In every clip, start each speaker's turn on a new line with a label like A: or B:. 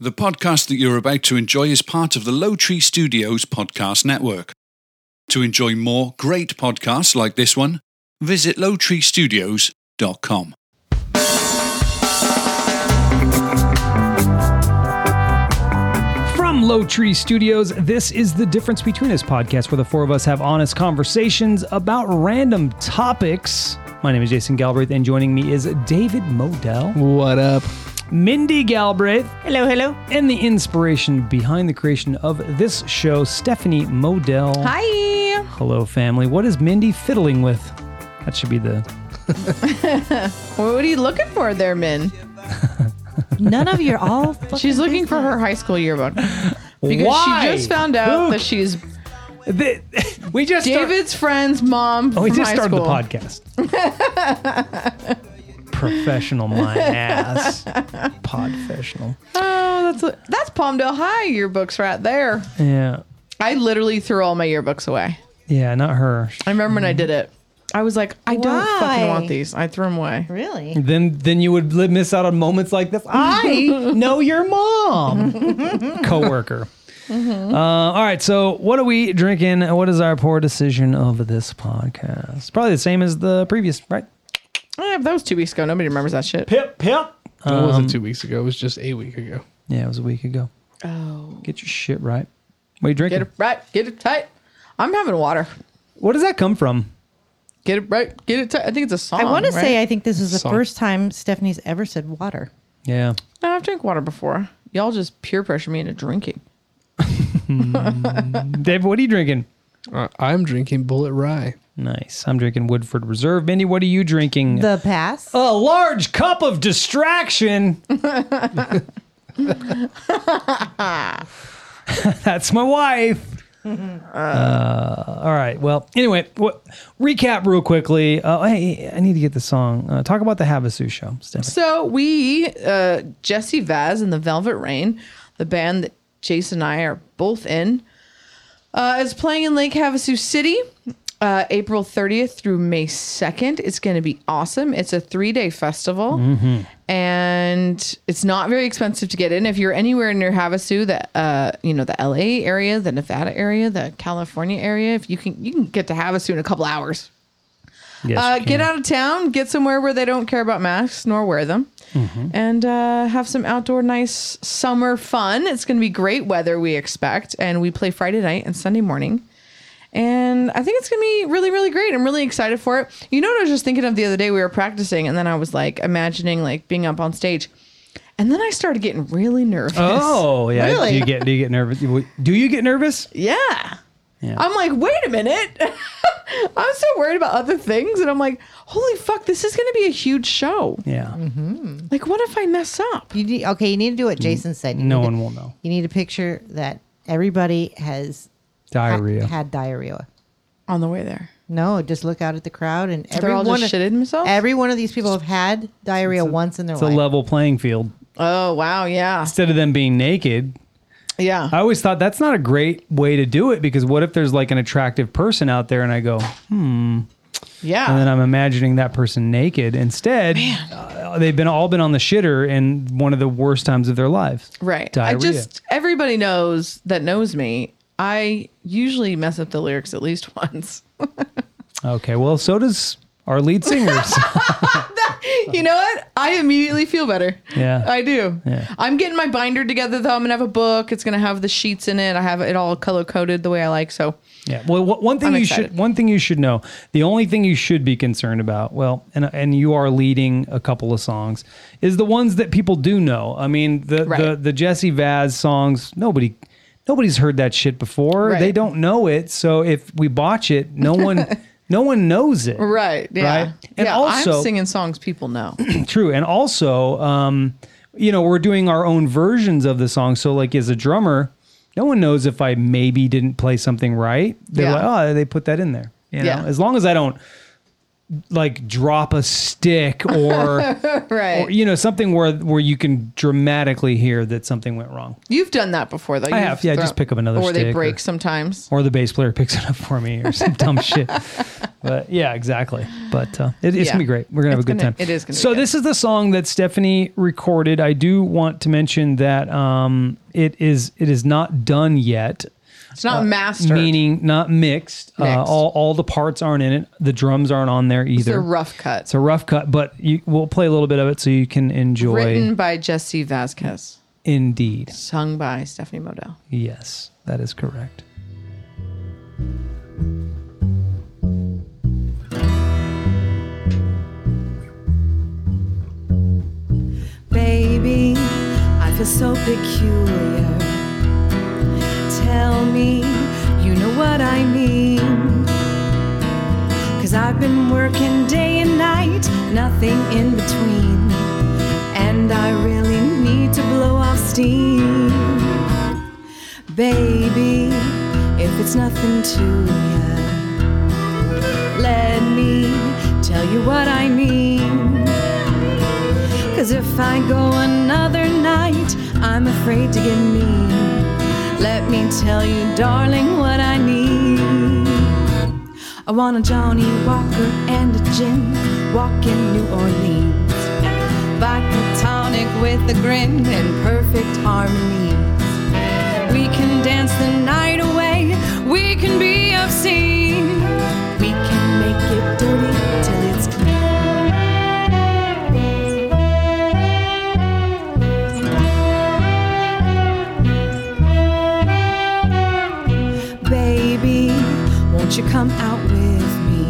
A: The podcast that you're about to enjoy is part of the Low Tree Studios podcast network. To enjoy more great podcasts like this one, visit lowtreestudios.com.
B: From Low Tree Studios, this is the Difference Between Us podcast, where the four of us have honest conversations about random topics. My name is Jason Galbraith, and joining me is David Modell,
C: What up?
B: Mindy Galbraith,
D: Hello, hello.
B: and the inspiration behind the creation of this show, Stephanie Modell.
D: Hi.
B: Hello, family. What is Mindy fiddling with? That should be the.
D: What are you looking for there, Min?
E: None of your all.
D: She's looking for her high school yearbook because
B: Why?
D: she just found out
B: Who-
D: that she's
B: The- we just start-
D: David's friend's mom.
B: Oh, we
D: from
B: just
D: high
B: started
D: school.
B: the podcast. Professional, my ass. Podfessional.
D: Oh, that's that's Palmdale High yearbooks right there.
B: Yeah.
D: I literally threw all my yearbooks away.
B: Yeah, not her.
D: I remember when I did it. I was like, I don't fucking
E: Why?
D: want these. I threw them away.
E: Really?
B: Then then you would li- miss out on moments like this. I know your mom. Coworker.
D: Mm-hmm.
B: Uh, all right, so what are we drinking? What is our poor decision of this podcast? Probably the same as the previous, right?
D: Eh, that was two weeks ago. Nobody remembers that shit.
B: Pip, pip.
C: That wasn't two weeks ago. It was just a week ago.
B: Yeah, it was a week ago.
D: Oh,
B: Get your shit right. What are you
D: get
B: drinking?
D: it right, get it tight. I'm having water.
B: What does that come from?
D: Get it right, get it tight. I think it's a song.
E: I want to
D: right?
E: say I think this is the
C: Song.
E: first time Stephanie's ever said water.
B: Yeah.
D: No, I've drank water before. Y'all just peer pressure me into drinking.
B: Dave, what are you drinking?
C: Uh, I'm drinking Bullet Rye.
B: Nice. I'm drinking Woodford Reserve. Mindy, what are you drinking?
E: The pass.
D: Oh.
B: a large cup of distraction. That's my wife. Uh, all right. Well, anyway, what, recap real quickly. Uh, hey, I need to get the song. Uh, talk about the Havasu show, Stephanie.
D: So we, uh, Jesse Vaz and the Velvet Rain, the band that Jason and I are both in, uh, is playing in Lake Havasu City, uh, April 30th through May 2nd. It's going to be awesome. It's a three day festival, and it's not very expensive to get in. If you're anywhere near Havasu, the uh, you know the LA area, the Nevada area, the California area, if you can you can get to Havasu in a couple hours.
B: Yes,
D: Uh,
B: you
D: get
B: can.
D: out of town, get somewhere where they don't care about masks nor wear them,
B: Mm-hmm.
D: and uh, have some outdoor nice summer fun. It's going to be great weather, we expect. And we play Friday night and Sunday morning. And I think it's going to be really, really great. I'm really excited for it. You know what I was just thinking of the other day? We were practicing, and then I was like imagining like being up on stage. And then I started getting really nervous.
B: Oh yeah,
D: Really?
B: do you get do you get nervous? Do you get nervous?
D: Yeah.
B: Yeah.
D: I'm like, wait a minute. I'm so worried about other things. And I'm like, holy fuck, this is going to be a huge show.
B: Yeah,
D: Like, what if I mess up?
E: You need, okay, you need to do what Jason said. You
B: Mm-hmm. no
E: need to-
B: one will know.
E: You need a picture that everybody has ha-
B: Diarrhea.
E: had diarrhea.
D: On the way there.
E: No, just look out at the crowd and every
D: They're all
E: one
D: just
E: of,
D: shitted themselves?
E: Every one of these people have had diarrhea once in their
B: it's a
E: life.
B: level playing field.
D: Oh, wow. Yeah.
B: Instead of them being naked,
D: Yeah.
B: I always thought that's not a great way to do it because what if there's like an attractive person out there and I go, and then
D: yeah.
B: I'm imagining that person naked. Instead, uh, they've been all been on the shitter in one of the worst times of their lives.
D: Right.
B: Diarrhea.
D: I just, everybody knows that knows me. I usually mess up the lyrics at least once.
B: okay. Well, so does our lead singers.
D: you know what? I immediately feel better.
B: Yeah.
D: I do.
B: Yeah.
D: I'm getting my binder together though. I'm gonna have a book. It's gonna have the sheets in it. I have it all color coded the way I like. So
B: yeah. Well, wha- one thing
D: I'm
B: you
D: excited.
B: should one thing you should know. The only thing you should be concerned about, well, and and you are leading a couple of songs, is the ones that people do know. I mean, the the
D: Right.
B: the Jesse Vaz songs. Nobody. Nobody's heard that shit before.
D: Right.
B: They don't know it. So if we botch it, no one, no one knows it.
D: Right. Yeah.
B: Right? And
D: yeah.
B: also-
D: I'm singing songs people know.
B: True. And also, um, you know, we're doing our own versions of the song. So, like, as a drummer, no one knows if I maybe didn't play something right. They're
D: Yeah.
B: like, oh, they put that in there. You know,
D: Yeah.
B: as long as I don't like drop a stick or,
D: Right.
B: or you know something where where you can dramatically hear that something went wrong.
D: You've done that before, though.
B: I
D: You've
B: have, yeah, just pick up another
D: Or they
B: stick or-
D: break sometimes.
B: or the bass player picks it up for me or some dumb shit. But yeah, exactly. But uh, it, it's
D: Yeah.
B: gonna be great. We're gonna have
D: It's
B: a good
D: gonna-
B: time.
D: it is gonna be
B: So
D: good.
B: this is the song that Stephanie recorded. I do want to mention that um, it is it is not done yet.
D: It's
B: Uh,
D: not mastered.
B: Meaning not mixed. Uh,
D: Mixed.
B: all all the parts aren't in it. The drums aren't on there
D: it's a
B: either.
D: rough cut.
B: It's a rough cut, but you, we'll play a little bit of it so you can enjoy.
D: Written by Jesse Vasquez,
B: Indeed,
D: sung by Stephanie Modell.
B: yes, that is correct.
F: Baby, I feel so peculiar. Tell me, you know what I mean. Cause I've been working day and night, nothing in between. And I really need to blow off steam. Baby, if it's nothing to ya, let me tell you what I mean. Cause if I go another night, I'm afraid to get mean. Let me tell you, darling, what I need. I want a Johnny Walker and a gin. Walk in New Orleans. Vodka tonic with a grin in perfect harmony. We can dance the night away. We can be obscene. We can make it dirty till it's clean. Baby, won't you come out with me?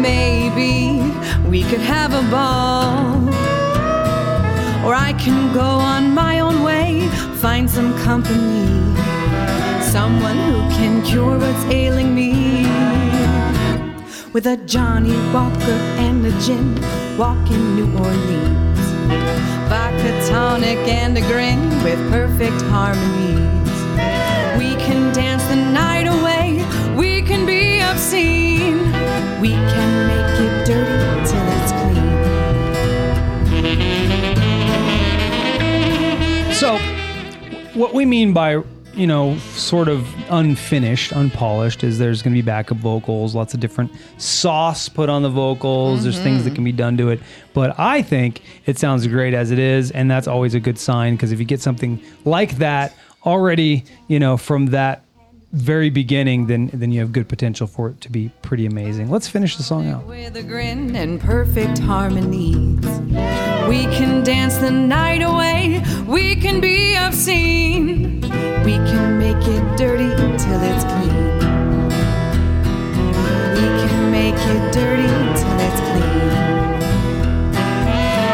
F: Maybe we could have a ball. Or I can go on my own way, find some company. Someone who can cure what's ailing me. With a Johnny Walker and a gin, walk in New Orleans. Vodka tonic and a grin with perfect harmonies. We can dance the night away. We can be obscene. We can make it dirty till it's clean.
B: So, what we mean by you know sort of unfinished, unpolished is there's going to be backup vocals, lots of different sauce put on the vocals. There's things that can be done to it, but I think it sounds great as it is, and that's always a good sign because if you get something like that already, you know from that very beginning, then then you have good potential for it to be pretty amazing. Let's finish the song out.
F: With a grin and perfect harmonies. We can dance the night away. We can be obscene. We can make it dirty till it's clean. We can make it dirty till it's clean.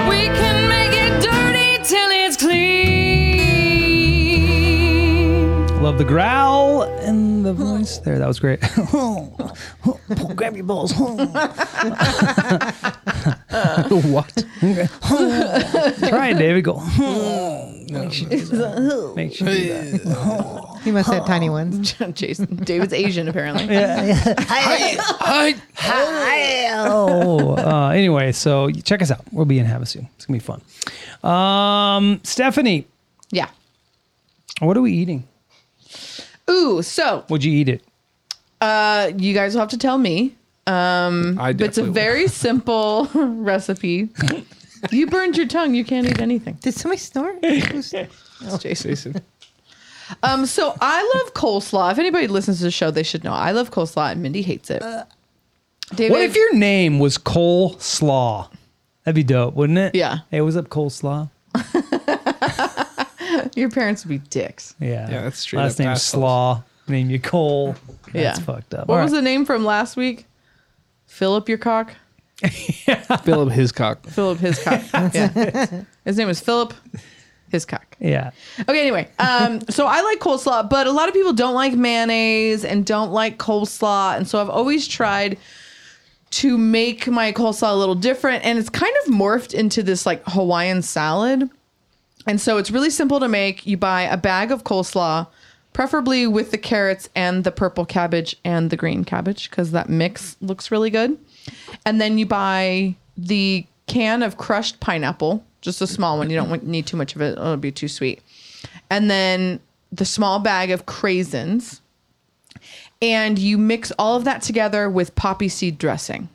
F: We can make it dirty till it's clean.
B: Love the growl and the voice there. That was great. Grab your balls.
C: what?
B: Try it, David. Go. Make sure you do that. Make sure you do that.
E: He must have tiny ones.
D: Jason David's Asian, apparently.
B: Oh, uh, anyway, so you check us out. We'll be in Havasu. It's gonna be fun. Um, Stephanie,
D: Yeah.
B: what are we eating?
D: Ooh. So
B: Would you eat it?
D: uh, you guys will have to tell me.
C: I
D: But it's a
C: definitely
D: very simple recipe. you burned your tongue. You can't eat anything.
E: Did somebody snort?
B: Oh,
D: It's Jason.
C: Jason.
D: Um, so I love coleslaw. If anybody listens to the show, they should know I love coleslaw, and Mindy hates it. David,
B: What if your name was Cole Slaw? That'd be dope, wouldn't it?
D: Yeah.
B: Hey, what's up, Cole Slaw?
D: your parents would be dicks?
B: Yeah.
C: Yeah, that's straight
B: Last
C: up
B: name
C: assholes.
B: Slaw. Name you Cole. That's
D: Yeah.
B: fucked up.
D: What
B: All
D: was
B: right.
D: the name from last week? Philip your cock.
C: Philip Hiscock.
D: Philip Hiscock. yeah. His name is Philip Hiscock.
B: Yeah.
D: Okay, anyway, um, so I like coleslaw, but a lot of people don't like mayonnaise and don't like coleslaw, and so I've always tried to make my coleslaw a little different, and it's kind of morphed into this like Hawaiian salad, and so it's really simple to make. You buy a bag of coleslaw, preferably with the carrots and the purple cabbage and the green cabbage, because that mix looks really good. and then you buy the can of crushed pineapple, just a small one. You don't want, need too much of it; it'll be too sweet. And then the small bag of craisins, and you mix all of that together with poppy seed dressing.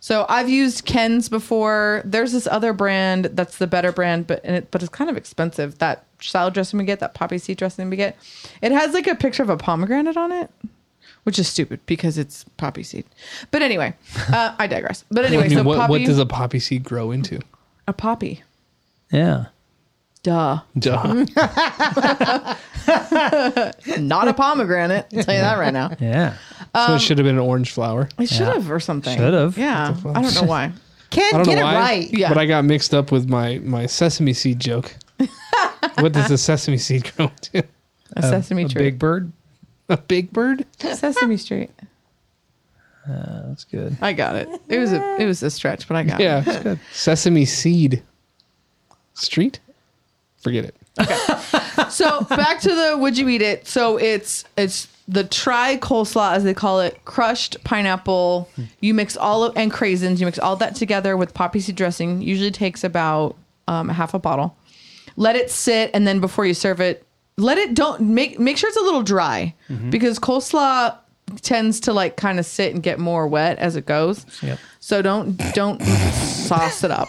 D: So I've used Ken's before. There's this other brand that's the better brand, but and it, but it's kind of expensive. That salad dressing we get, that poppy seed dressing we get, it has like a picture of a pomegranate on it, which is stupid because it's poppy seed. But anyway, uh, I digress. But anyway,
C: I mean,
D: so
C: what,
D: poppy,
C: what does a poppy seed grow into?
D: a poppy?
B: Yeah.
D: Duh,
C: Duh.
D: not a pomegranate. I'll tell you that right now.
B: Yeah.
D: Um,
C: so it should have been an orange flower.
D: It should have or something.
B: Should have.
D: Yeah, I don't know why.
E: Ken,
C: I don't
E: get
C: know
E: it
C: why.
E: right.
D: Yeah.
C: But I got mixed up with my my sesame seed joke. what does a sesame seed grow into?
D: A sesame
B: A
D: tree.
B: big bird.
C: A big bird?
D: Sesame Street.
B: That's good.
D: I got it. It was a it was a stretch, but I got it.
C: Yeah, it's good. Sesame seed. Street? Forget it.
D: So back to the would you eat it? So it's it's the tri coleslaw as they call it, crushed pineapple. You mix all of and craisins. You mix all that together with poppy seed dressing. Usually takes about um, half a bottle. Let it sit, and then before you serve it, let it don't make make sure it's a little dry
C: Mm-hmm.
D: because coleslaw tends to like kind of sit and get more wet as it goes.
B: Yep.
D: So don't don't sauce it up.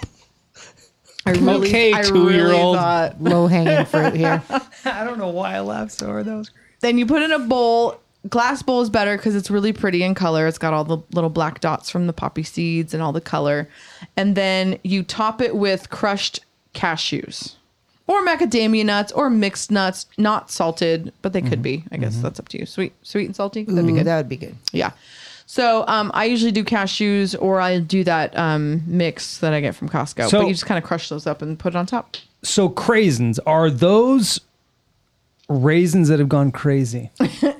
D: I really,
C: Okay,
D: I really
C: two-year-old.
D: thought
E: Low hanging fruit here.
B: I don't know why I laughed so hard. That was great.
D: then you put in a bowl glass bowl is better because it's really pretty in color it's got all the little black dots from the poppy seeds and all the color and then you top it with crushed cashews or macadamia nuts or mixed nuts not salted but they could be i guess that's up to you sweet sweet and salty that'd be
E: Ooh,
D: good
E: that would be good.
D: yeah. So um, I usually do cashews or I do that um, mix that I get from Costco.
B: So-
D: but you just kind of crush those up and put it on top.
B: So craisins are those raisins that have gone crazy.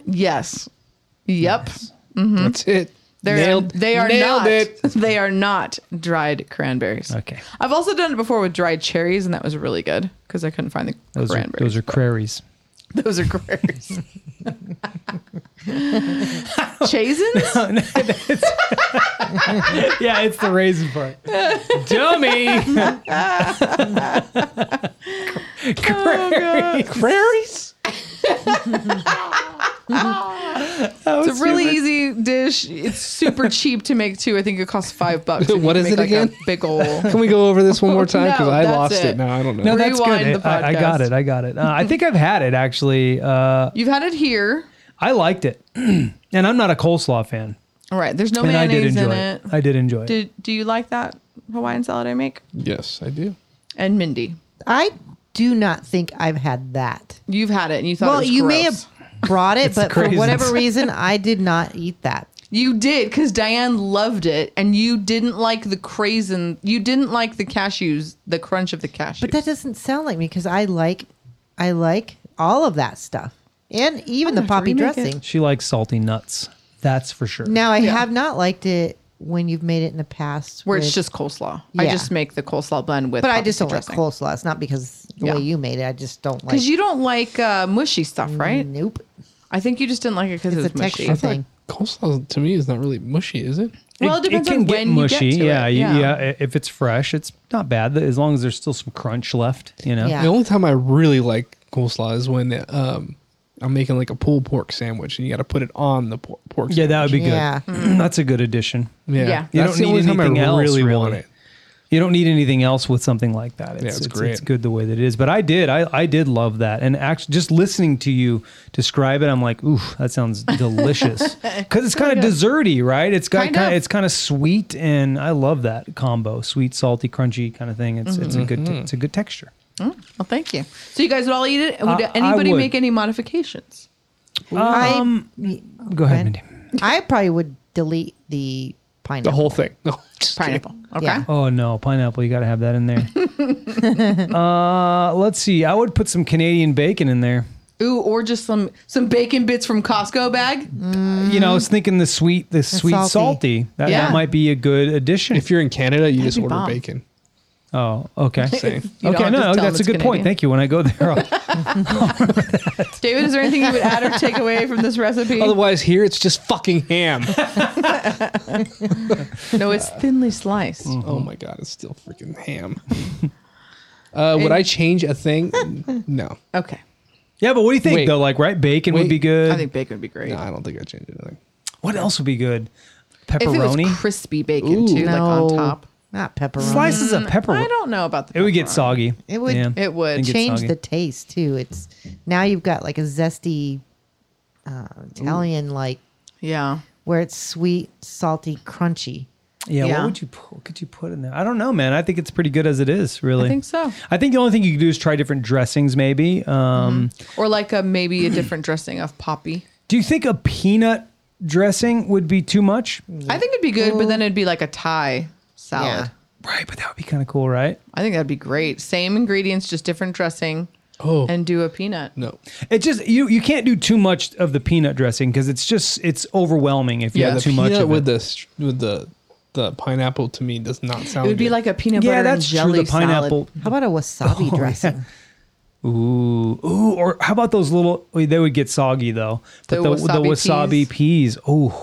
D: Yes. Yep.
C: That's it.
D: Mm-hmm. They're,
C: Nailed-
D: They are
C: nailed
D: not.
C: it.
D: They are not dried cranberries.
B: Okay.
D: I've also done it before with dried cherries, and that was really good because I couldn't find the
B: Those are,
D: cranberries.
B: those are prairies.
D: those are cranberries. Chaisins?
B: yeah, it's the raisin part. Dummy. Oh, Prairies. Prairies?
D: It's a really easy dish. It's super cheap to make too. I think it costs five bucks. if you
C: What is
D: make,
C: it
D: like, a
C: again?
D: big ol'
C: Can we go over this one more time? Because
D: No,
C: I
D: that's
C: lost it.
D: it.
C: now. I don't know.
B: No, that's good.
D: Rewind the
B: I, I got
D: podcast.
B: it. I got it. Uh, I think I've had it actually. Uh,
D: You've had it here.
B: I liked it, and I'm not a coleslaw fan,
D: All right. There's no
B: and I did
D: mayonnaise in
B: enjoy
D: it.
B: it. I did enjoy it.
D: Did, do you like that Hawaiian salad I make?
C: Yes, I do.
D: And Mindy,
E: I do not think I've had that.
D: you've had it and you thought.
E: Well,
D: it was
E: you may have
D: gross.
E: brought it,
B: the
E: but for
B: craisins.
E: whatever reason, I did not eat that.
D: You did because Diane loved it, and you didn't like the craisin. You didn't like the cashews, the crunch of the cashews.
E: But that doesn't sound like me because I like, I like all of that stuff, and even
D: gonna
E: the
D: have to
E: poppy
D: remake it.
E: dressing.
B: She likes salty nuts. That's for sure.
E: Now I have not liked it when you've made it in the past.
D: where it's
E: with-
D: just coleslaw. I
E: Yeah.
D: just make the coleslaw blend with.
E: but I
D: poppy
E: just
D: seed
E: don't like
D: dressing.
E: coleslaw. It's not because the
D: Yeah.
E: way you made it. I just don't like.
D: Because you don't like uh, mushy stuff, right?
E: Nope.
D: I think you just didn't like it because
E: Mm, It's
D: it's,
E: a
D: mushy.
E: texture.
C: It's like coleslaw to me is not really mushy, is it?
D: Well, it depends on when you get to
B: yeah,
D: it.
B: you-
D: Yeah.
B: yeah. i- If it's fresh, it's not bad as long as there's still some crunch left. You know.
E: Yeah.
C: The only time I really like coleslaw is when um, I'm making like a pulled pork sandwich and you got to put it on the por- pork.
B: Yeah, that would be good.
E: Yeah.
B: That's a good addition.
C: sandwich.
D: Yeah.
B: You
C: That's
B: don't
C: the
B: need
C: only time I
B: anything else,
C: really, want
B: really.
C: it.
B: You don't need anything else with something like that. It's,
C: it's
B: It's
C: great.
B: good the way that it is. But I did. I, I did love that. And actually, just listening to you describe it, I'm like, ooh, that sounds delicious. Because it's kind of desserty, right? It's got
D: Kind
B: kind of,
D: of.
B: it's kind of sweet, and I love that combo: sweet, salty, crunchy kind of thing. It's it's a good
C: Mm-hmm.
B: it's a good texture.
D: Well, thank you. So you guys would all eat it. Would
B: I- I
D: anybody
B: would.
D: make any modifications?
E: I,
C: Oh,
B: Go ahead,
E: Right.
B: Mindy.
E: I probably would delete the pineapple.
C: The whole thing. No, just kidding.
D: Pineapple. Okay.
E: Yeah.
B: Oh no, pineapple! You got to have that in there. uh, let's see. I would put some Canadian bacon in there.
D: Ooh, or just some some bacon bits from Costco bag.
E: Mm.
B: You know, I was thinking the sweet, the sweet salty.
E: salty.
B: That,
D: Mm-hmm. Yeah.
B: that might be a good addition.
C: If you're in Canada, you just
D: be
C: order
D: bomb.
C: bacon.
B: Oh, okay.
C: Same.
D: You don't
B: okay,
D: have
B: no, no,
D: to tell them
B: that's a
D: it's
B: good point.
D: Canadian.
B: Thank you. When I go there, I'll-
D: David, is there anything you would add or take away from this recipe?
C: Otherwise, here it's just fucking ham.
D: No, it's thinly sliced.
B: Mm.
C: oh my god, it's still freaking ham. Uh, would I change a thing? No,
D: Okay.
B: yeah. But what do you think
C: Wait.
B: though? Like, right? Bacon would
C: Wait.
B: be good.
D: I think bacon would be great.
C: no, I don't think I'd change anything.
B: what else would be good?
D: if it
B: Pepperoni.
D: was crispy bacon too, like
E: No,
D: on top.
E: Not pepperoni.
B: Slices of pepperoni.
D: Mm, I don't know about the.
B: Oh. It would get
D: pepperoni.
B: soggy.
E: It would-
D: It would.
B: It'd get
E: Change
B: soggy.
E: the taste too. It's now you've got like a zesty uh, Italian like
D: Yeah.
E: where it's sweet, salty, crunchy.
B: Yeah,
D: Yeah.
B: what would you pu- what could you put in there? I don't know, man. I think it's pretty good as it is, really.
D: I think so.
B: I think the only thing you could do is try different dressings, maybe. Um,
D: Or like a maybe a different dressing of poppy.
B: Do you think a peanut dressing would be too much?
D: I think it'd be good, but then it'd be like a Thai salad.
E: Yeah.
B: Right, but that would be kind of cool, right?
D: I think that'd be great. Same ingredients, just different dressing,
C: Oh
D: and do a peanut.
C: no,
B: It just you you can't do too much of the peanut dressing because it's just it's overwhelming if you
C: yeah,
B: have
C: the
B: too
C: peanut
B: much of
C: with
B: it.
C: the str- with the the pineapple to me does not sound.
D: It would be
C: good.
D: like a peanut butter
B: yeah, that's
D: and jelly
B: true. The pineapple.
D: salad.
E: How about a wasabi dressing?
B: Ooh, ooh, or how about those little? oh, They would get soggy though. But the
D: The
B: the wasabi,
D: wasabi
B: peas. Ooh,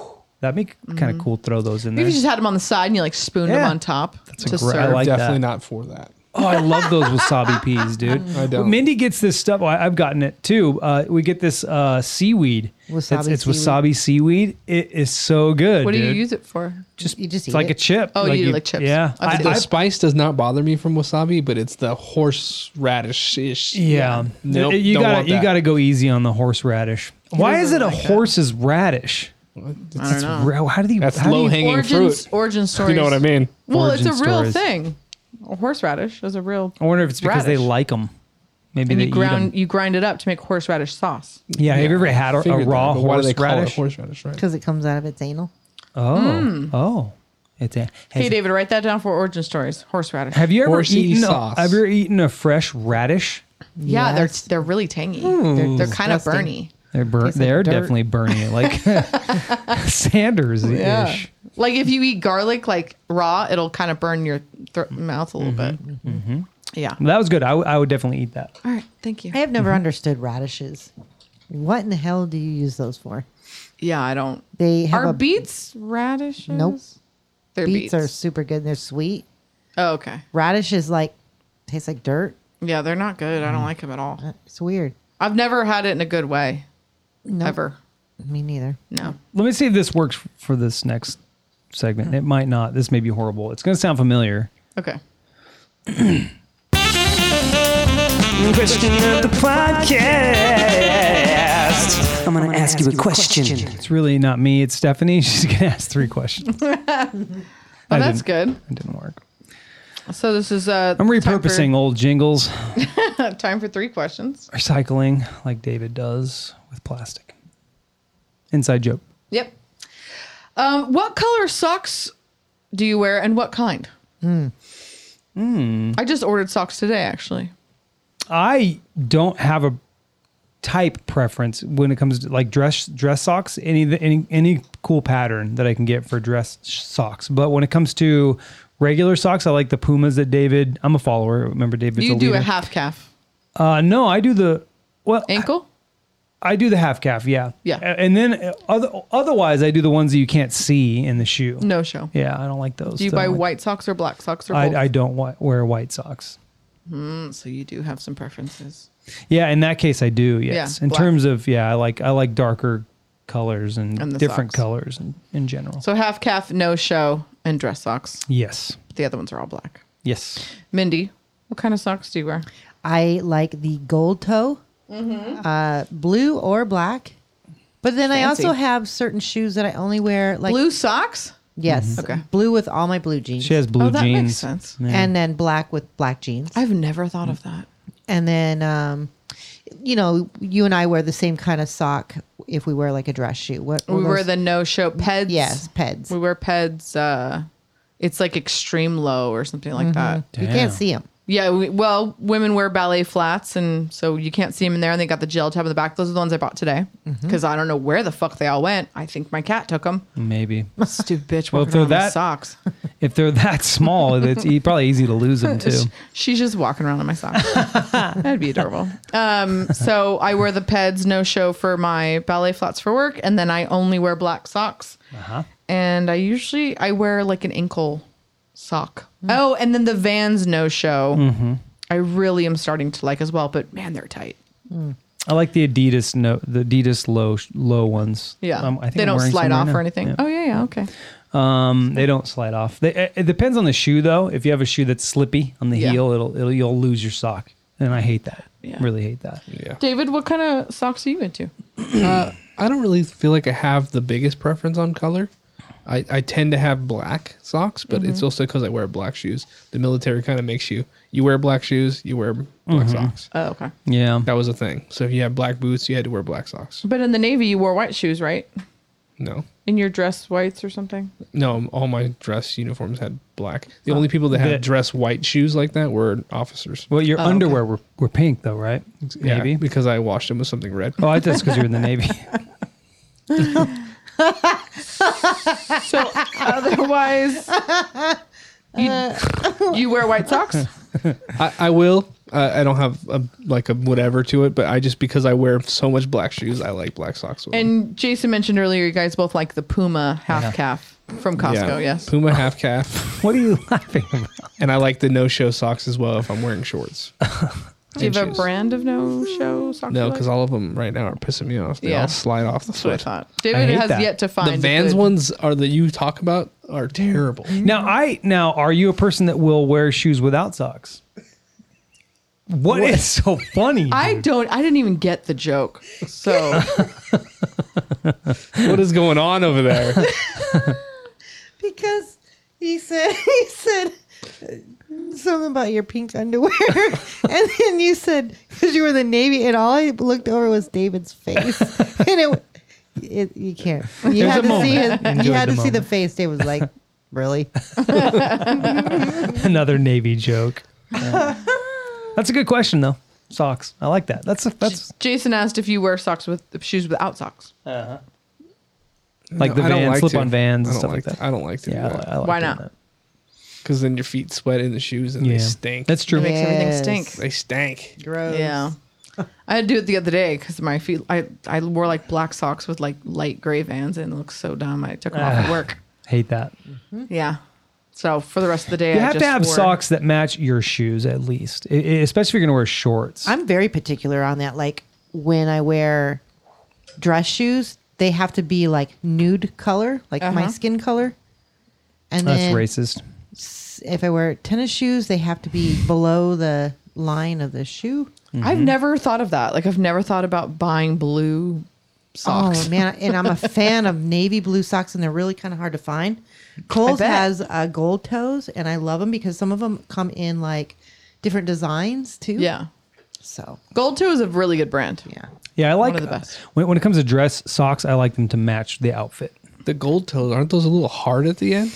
B: that'd be kind of cool. Throw those in there.
D: Maybe you just had them on the side and you like spooned
B: Yeah.
D: them on top
B: a
D: to
B: great- I
D: serve.
B: like that.
C: definitely not for that.
B: Oh, I love those wasabi peas, dude.
C: I don't.
B: Mindy gets this stuff. Well, I've gotten it too. Uh, we get this uh, seaweed. it's,
E: Wasabi
B: it's
E: seaweed.
B: wasabi seaweed. It is so good.
D: what do you
B: dude.
D: use it for?
B: Just
E: You just
B: it's
E: eat
B: like
E: it.
B: a chip.
D: Oh, you like chips.
B: Yeah.
D: I've
B: I-
D: seen
C: The
B: I-
D: those.
C: spice does not bother me from wasabi, but it's the horseradish ish.
B: yeah.
C: Nope,
B: you
C: don't
B: gotta
C: want
B: you
C: that.
B: gotta go easy on the horseradish. Why is it a horse's radish?
D: I don't
B: It's
D: know.
B: ra- how do you?
C: That's
B: how do you-
C: low hanging
D: Origins,
C: fruit.
D: origin
C: Do
D: stories.
C: you know what I mean?
D: Well, it's a
B: Origin
D: real
B: stories.
D: thing. Horseradish is a real.
B: I wonder if it's because they
D: Radish.
B: like them. Maybe
D: And
B: they
D: you
B: eat
D: ground
B: 'em.
D: you grind it up to make horseradish sauce.
B: Yeah, have you ever had a- a,
C: Figured that,
B: raw
C: but why do they call it
B: horseradish?
C: Horseradish, right?
E: because it comes out of its anal.
B: oh, oh, it's a.
D: Hey, David, write that down for origin stories. Horseradish.
B: Have you ever
C: Horsey
B: eaten? A,
C: sauce.
B: have you ever eaten a fresh radish?
D: yeah,
E: Yes.
D: they're they're really tangy. they're they're kind of
E: disgusting.
D: burny.
B: They're bur-
E: Tastes like
B: they're
E: dirt.
B: definitely burning it like Sanders ish.
D: Like if you eat garlic like raw, it'll kind of burn your thro- mouth a little bit. Yeah.
B: That was good. I, w- I would definitely eat that.
D: Mm-hmm. All right. Thank you.
E: I have never understood radishes. What in the hell do you use those for?
D: Yeah, I don't.
E: They have
D: Are
E: a
D: beets radishes?
E: Nope.
D: They're
E: beets
D: beets.
E: are super good. They're sweet.
D: oh, okay.
E: Radish is like tastes like dirt. Uh,
D: Yeah, they're not good. I don't like them at all.
E: It's weird.
D: I've never had it in a good way.
E: Nope.
D: Ever.
E: Me neither.
D: No.
B: Let me see if this works f- for this next segment. It might not. This may be horrible. It's going to sound familiar.
D: Okay.
G: Question of the podcast. I'm going to ask you a question.
B: It's really not me. It's Stephanie. She's going to ask three questions. It
D: Oh, that's good.
B: didn't work.
D: So this is uh
B: I'm
D: time for-
B: repurposing old jingles,
D: time for three questions.
B: recycling like David does with plastic. Inside joke.
D: Yep. Um, what color socks do you wear and what kind?
B: Hmm.
D: Hmm. I just ordered socks today, actually.
B: I don't have a type preference when it comes to like dress dress socks. Any any any cool pattern that I can get for dress sh- socks. But when it comes to regular socks, I like the Pumas that David. I'm a follower. Remember David's
D: you
B: a
D: do
B: leader.
D: a half calf
B: uh, no, I do the well.
D: ankle.
B: I do the half calf. Yeah.
D: Yeah.
B: A- And then uh, other, otherwise, I do the ones that you can't see in the shoe.
D: No show.
B: Yeah, I don't like those.
D: Mm. Do you
B: I
D: buy
B: don't like-
D: white socks or black socks or both? Mm,
B: I, I don't wa- wear white socks.
D: so you do have some preferences.
B: Yeah, in that case, I do. Yes, in
D: black.
B: terms of yeah, I like I like darker colors and,
D: And the
B: different
D: socks.
B: colors in, in general.
D: So half calf, no show, and dress socks.
B: yes,
D: The other ones are all black.
B: yes.
D: Mindy, what kind of socks do you wear?
E: I like the gold toe,
D: Mm-hmm.
E: uh, blue or black. But then I
D: Fancy.
E: also have certain shoes that I only wear like
D: Blue socks?
E: Yes,
D: Okay.
E: blue with all my blue jeans,
B: She has blue
D: oh, that
B: jeans.
D: makes sense.
E: and then black with black jeans.
D: I've never thought of that.
E: and then um you know you and i wear the same kind of sock if we wear like a dress shoe what
D: We
E: were
D: wear
E: those?
D: the no show peds.
E: yes peds
D: We wear peds. Uh, it's like extreme low or something like that.
E: you
B: Damn.
E: can't see them
D: Yeah, we, well, women wear ballet flats, and so you can't see them in there. And they got the gel tab in the back. Those are the ones I bought today
E: Mm-hmm.
D: because I don't know where the fuck they all went. I think my cat took them.
B: Maybe.
D: Stupid bitch.
B: Well,
D: Well,
B: if they're
D: they're
B: that-
D: that socks.
B: If they're that small, it's e- probably easy to lose them too.
D: She's just walking around in my socks. That'd be adorable. Um, so I wear the Peds no show for my ballet flats for work, and then I only wear black socks.
B: Uh-huh.
D: And I usually I wear like an ankle sock. Oh, and then the Vans no show.
B: Mm-hmm.
D: I really am starting to like as well, but man, they're tight.
B: I like the Adidas no, the Adidas low low ones.
D: Yeah,
B: Um, I think
D: they
B: I'm
D: don't
B: wearing
D: slide
B: some right
D: off
B: now.
D: or anything.
B: Yeah.
D: Oh yeah, yeah, okay.
B: Um, they don't slide off. They, it- it depends on the shoe though. If you have a shoe that's slippy on the
D: Yeah.
B: heel, it'll, it'll you'll lose your sock, and I hate that.
D: Yeah.
B: Really hate that.
C: Yeah.
D: David, what kind of socks are you into?
C: Uh, I don't really feel like I have the biggest preference on color. I, I tend to have black socks, but it's
B: Mm-hmm.
C: also because I wear black shoes. The military kind of makes you you wear black shoes, you wear black
B: Mm-hmm.
C: socks.
D: Oh, okay.
B: Yeah.
C: That was a thing. So if you had black boots, you had to wear black socks.
D: But in the Navy, you wore white shoes, right?
C: No,
D: In your dress, whites or something.
C: no, all my dress uniforms had black. The only people that had
B: The-
C: dress white shoes like that were officers.
B: Well, your
D: Oh, okay.
B: underwear were, were pink though, right?
C: Yeah,
B: Navy.
C: because I washed them with something red.
B: Oh, I just because you're in the Navy.
D: So otherwise, you, you wear white socks.
C: I, I will. Uh, I don't have a, like a whatever to it, but I just because I wear so much black shoes, I like black socks. With them.
D: And Jason mentioned earlier, you guys both like the Puma half calf from Costco. Yes.
C: Puma half calf,
B: what are you laughing about?
C: and I like the no show socks as well if I'm wearing shorts.
D: Do you
C: And
D: have a
C: shoes.
D: brand of no show socks?
C: No,
D: you like?
C: because all of them right now are pissing me off. They
D: Yeah.
C: all slide off the
D: that's what I
C: foot.
D: thought.
B: I
D: David
B: hate
D: has
B: that.
D: yet to find
C: The
D: a
C: Vans
D: good-
C: ones are that you talk about are terrible.
B: Now I now are you a person that will wear shoes without socks? what is so funny?
D: I
B: dude?
D: don't. I didn't even get the joke. So
C: what is going on over there?
E: because he said he said uh, something about your pink underwear, and then you said because you were the navy, and all I looked over was David's face, and it, it you can't you
B: There's a
E: had to see his,
B: moment. Enjoyed
E: you had
B: the
E: to see the
B: moment.
E: face. David was like, really?
B: another Navy joke. That's a good question though. Socks. I like that. That's that's
D: Jason asked if you wear socks with shoes without socks.
B: like the
C: I don't
B: Vans,
C: like to.
B: slip-on Vans
C: I
B: and
C: don't
B: stuff like
C: to-
B: that.
C: I don't like to
B: yeah. I li- I like
D: Why
B: doing
D: not?
B: that.
C: because then your feet sweat in the shoes and
B: Yeah.
C: they stink.
B: That's true.
D: It makes
E: Yes.
D: everything stink.
C: they stank.
E: Gross.
D: Yeah. I had to do it the other day because my feet, I, I wore like black socks with like light gray vans and it looked so dumb. I took them off
C: Ah.
D: at work.
B: Hate that.
D: Yeah. So for the rest of the day,
B: You
D: I
B: have to
D: just
B: have
D: wore-
B: socks that match your shoes at least, I- I- especially if you're going to wear shorts.
E: I'm very particular on that. Like when I wear dress shoes, they have to be like nude color, like my
D: Uh-huh.
E: skin color. And
B: That's
E: then
B: racist.
E: if I wear tennis shoes, they have to be below the line of the shoe.
B: Mm-hmm.
D: I've never thought of that. Like I've never thought about buying blue socks.
E: Oh man, and I'm a fan of navy blue socks, and they're really kind of hard to find. Kohl's
D: bet.
E: has uh, gold toes, and I love them because some of them come in like different designs too.
D: yeah.
E: So
D: Gold too is a really good brand.
E: yeah,
B: Yeah, I like
D: of the best.
B: When, when it comes to dress socks, I like them to match the outfit.
C: The gold toes aren't those a little hard at the end?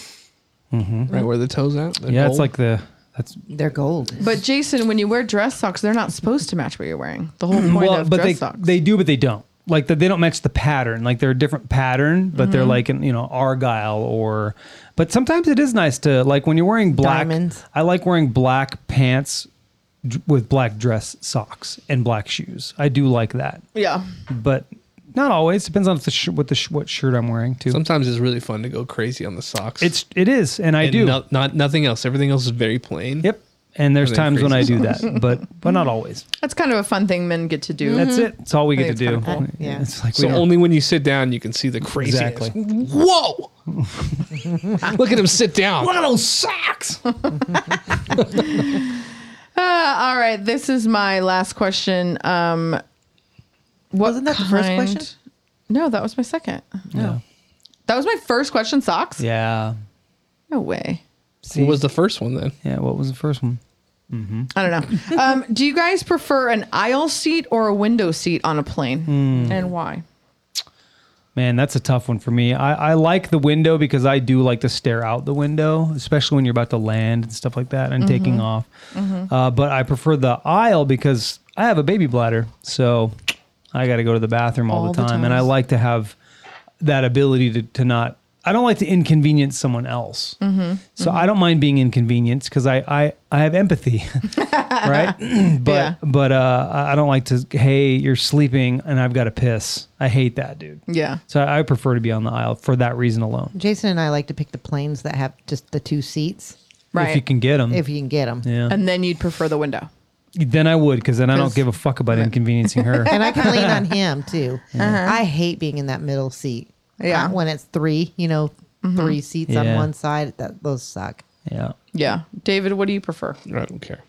C: Right where the toes out.
B: Mm-hmm. yeah, it's like the that's
E: they're gold.
D: But Jason, when you wear dress socks, they're not supposed to match what you're wearing. The whole point
B: Mm-hmm. well,
D: of
B: but
D: dress
B: they
D: socks.
B: they do, but they don't. Like the, they don't match the pattern. Like they're a different pattern, but they're
D: Mm-hmm.
B: like an you know argyle or. But sometimes it is nice to like when you're wearing black.
E: Diamonds.
B: I like wearing black pants d- with black dress socks and black shoes. I do like that,
D: yeah.
B: but not always. Depends on if the sh- what the sh- what shirt I'm wearing too.
C: sometimes it's really fun to go crazy on the socks.
B: It's it is, and I
C: and
B: do.
C: not, not nothing else. Everything else is very plain.
B: Yep. And there's
C: Really
B: times when I
C: crazy
B: do that, but but not always.
D: That's kind of a fun thing men get to do.
E: Mm-hmm.
B: That's it. It's all we get to
D: think Mm-hmm. it's
B: do.
D: kinda cool.
E: Yeah.
B: It's like we
C: So
B: don't-
C: only when you sit down you can see the crazy.
B: Exactly.
C: Whoa! Look at him sit down.
B: look at those socks.
D: Uh, all right. This is my last question. Um, what
E: Wasn't that the first
D: kind-
E: question? Oh.
D: No, that was my second.
B: Yeah.
D: That was my first question. Socks?
B: Yeah.
D: No way.
B: See?
C: What was the first one then?
B: yeah. What was the first one?
D: I don't know. um, do you guys
B: Hmm.
D: prefer an aisle seat or a window seat on a plane, and why?
B: Man, that's a tough one for me. I, I like the window because I do like to stare out the window, especially when you're about to land and stuff like that and taking off. Uh, but I prefer the aisle because I have a baby bladder. So I got to go to the bathroom all,
D: All
B: the,
D: the
B: time. And I
D: times.
B: like to have that ability to, to not, I don't like to inconvenience someone else. So I don't mind being inconvenienced because I, I, I have empathy, right? but
D: Yeah.
B: but uh, I I don't like to. Hey, you're sleeping, and I've got to piss. I hate that, dude.
D: Yeah.
B: So I I prefer to be on the aisle for that reason alone.
E: Jason and I like to pick the planes that have just the two seats
D: Right.
B: If you can get them,
E: if you can get them.
B: Mm. yeah.
D: and then you'd prefer the window.
B: then I would, because then I don't
D: 'Cause-
B: give a fuck about inconveniencing her.
E: And I can lean on him too. I hate being in that middle seat.
D: Yeah.
E: Uh, when it's three, you know, three seats on
B: Yeah.
E: one side, that those suck.
B: yeah.
D: Yeah. David, what do you prefer?
C: I don't care.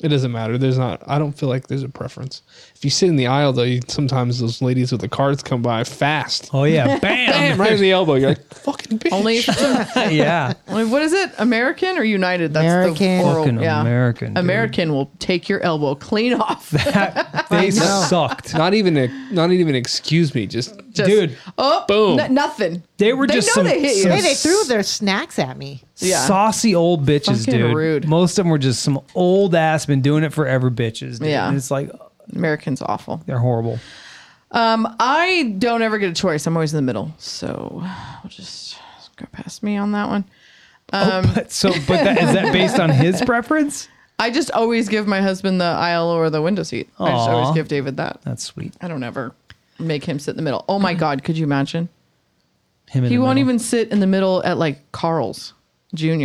C: It doesn't matter. There's not. I don't feel like there's a preference. If you sit in the aisle, though, you, sometimes those ladies with the cards come by fast,
B: Oh yeah. Bam.
C: Bam, right in the elbow. You're like, fucking bitch.
D: Only if it's a-
B: yeah.
D: Like, what is it? American or United? That's
E: American.
D: the oral.
B: Fucking
D: yeah.
B: American, dude.
D: American will take your elbow clean off.
B: They sucked.
C: not even a, not even excuse me. Just
D: Just,
B: Dude.
D: Oh,
C: Boom.
D: n- nothing.
B: They were just
D: know
B: some-
D: they hit you.
B: some
E: Hey, they threw their snacks at me.
D: Yeah.
B: Saucy old bitches,
D: Fucking
B: dude.
D: rude.
B: Most of them were just some old ass been doing it forever bitches. Dude.
D: Yeah.
B: And it's like
D: American's awful.
B: they're horrible.
D: Um, I don't ever get a choice. I'm always in the middle. So I'll just go past me on that one.
B: Oh,
D: Um,
B: But so but that is that based on his preference?
D: I just always give my husband the aisle or the window seat. I just
B: Aw.
D: always give David that.
B: That's sweet.
D: I don't ever make him sit in the middle. Oh my God, could you imagine?
B: Him in
D: He
B: the
D: won't
B: middle.
D: even sit in the middle at like Carl's Jr.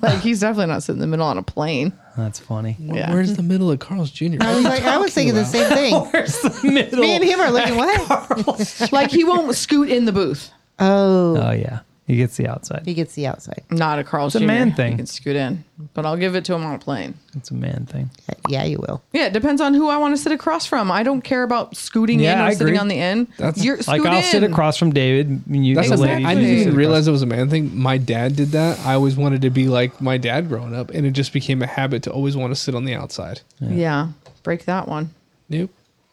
D: Like he's definitely not sitting in the middle on a plane.
B: That's funny.
D: Yeah.
C: Where's the middle of Carl's Jr.?
E: I was like, I was thinking the same thing.
B: Where's the middle?
E: Me and him are looking what?
D: Like he won't scoot in the booth.
E: Oh,
B: Oh yeah, he gets the outside.
E: he gets the outside.
D: Not a Carl's
B: It's a
D: Jr.
B: man thing.
D: He can scoot in, but I'll give it to him on a plane.
B: It's a man thing.
E: Yeah, you will.
D: Yeah, it depends on who I want to sit across from. I don't care about scooting
B: Yeah,
D: in or
B: I
D: sitting
B: agree.
D: on the end.
C: That's-
D: You're,
B: Like
D: scoot
B: I'll sit
D: in.
B: across from David. And you,
C: That's
B: the
C: the
B: ladies
C: thing. I
B: can
C: didn't
B: sit
C: even
B: across.
C: realize it was a man thing. My dad did that. I always wanted to be like my dad growing up, and it just became a habit to always want to sit on the outside.
D: Yeah. break that one.
C: Nope.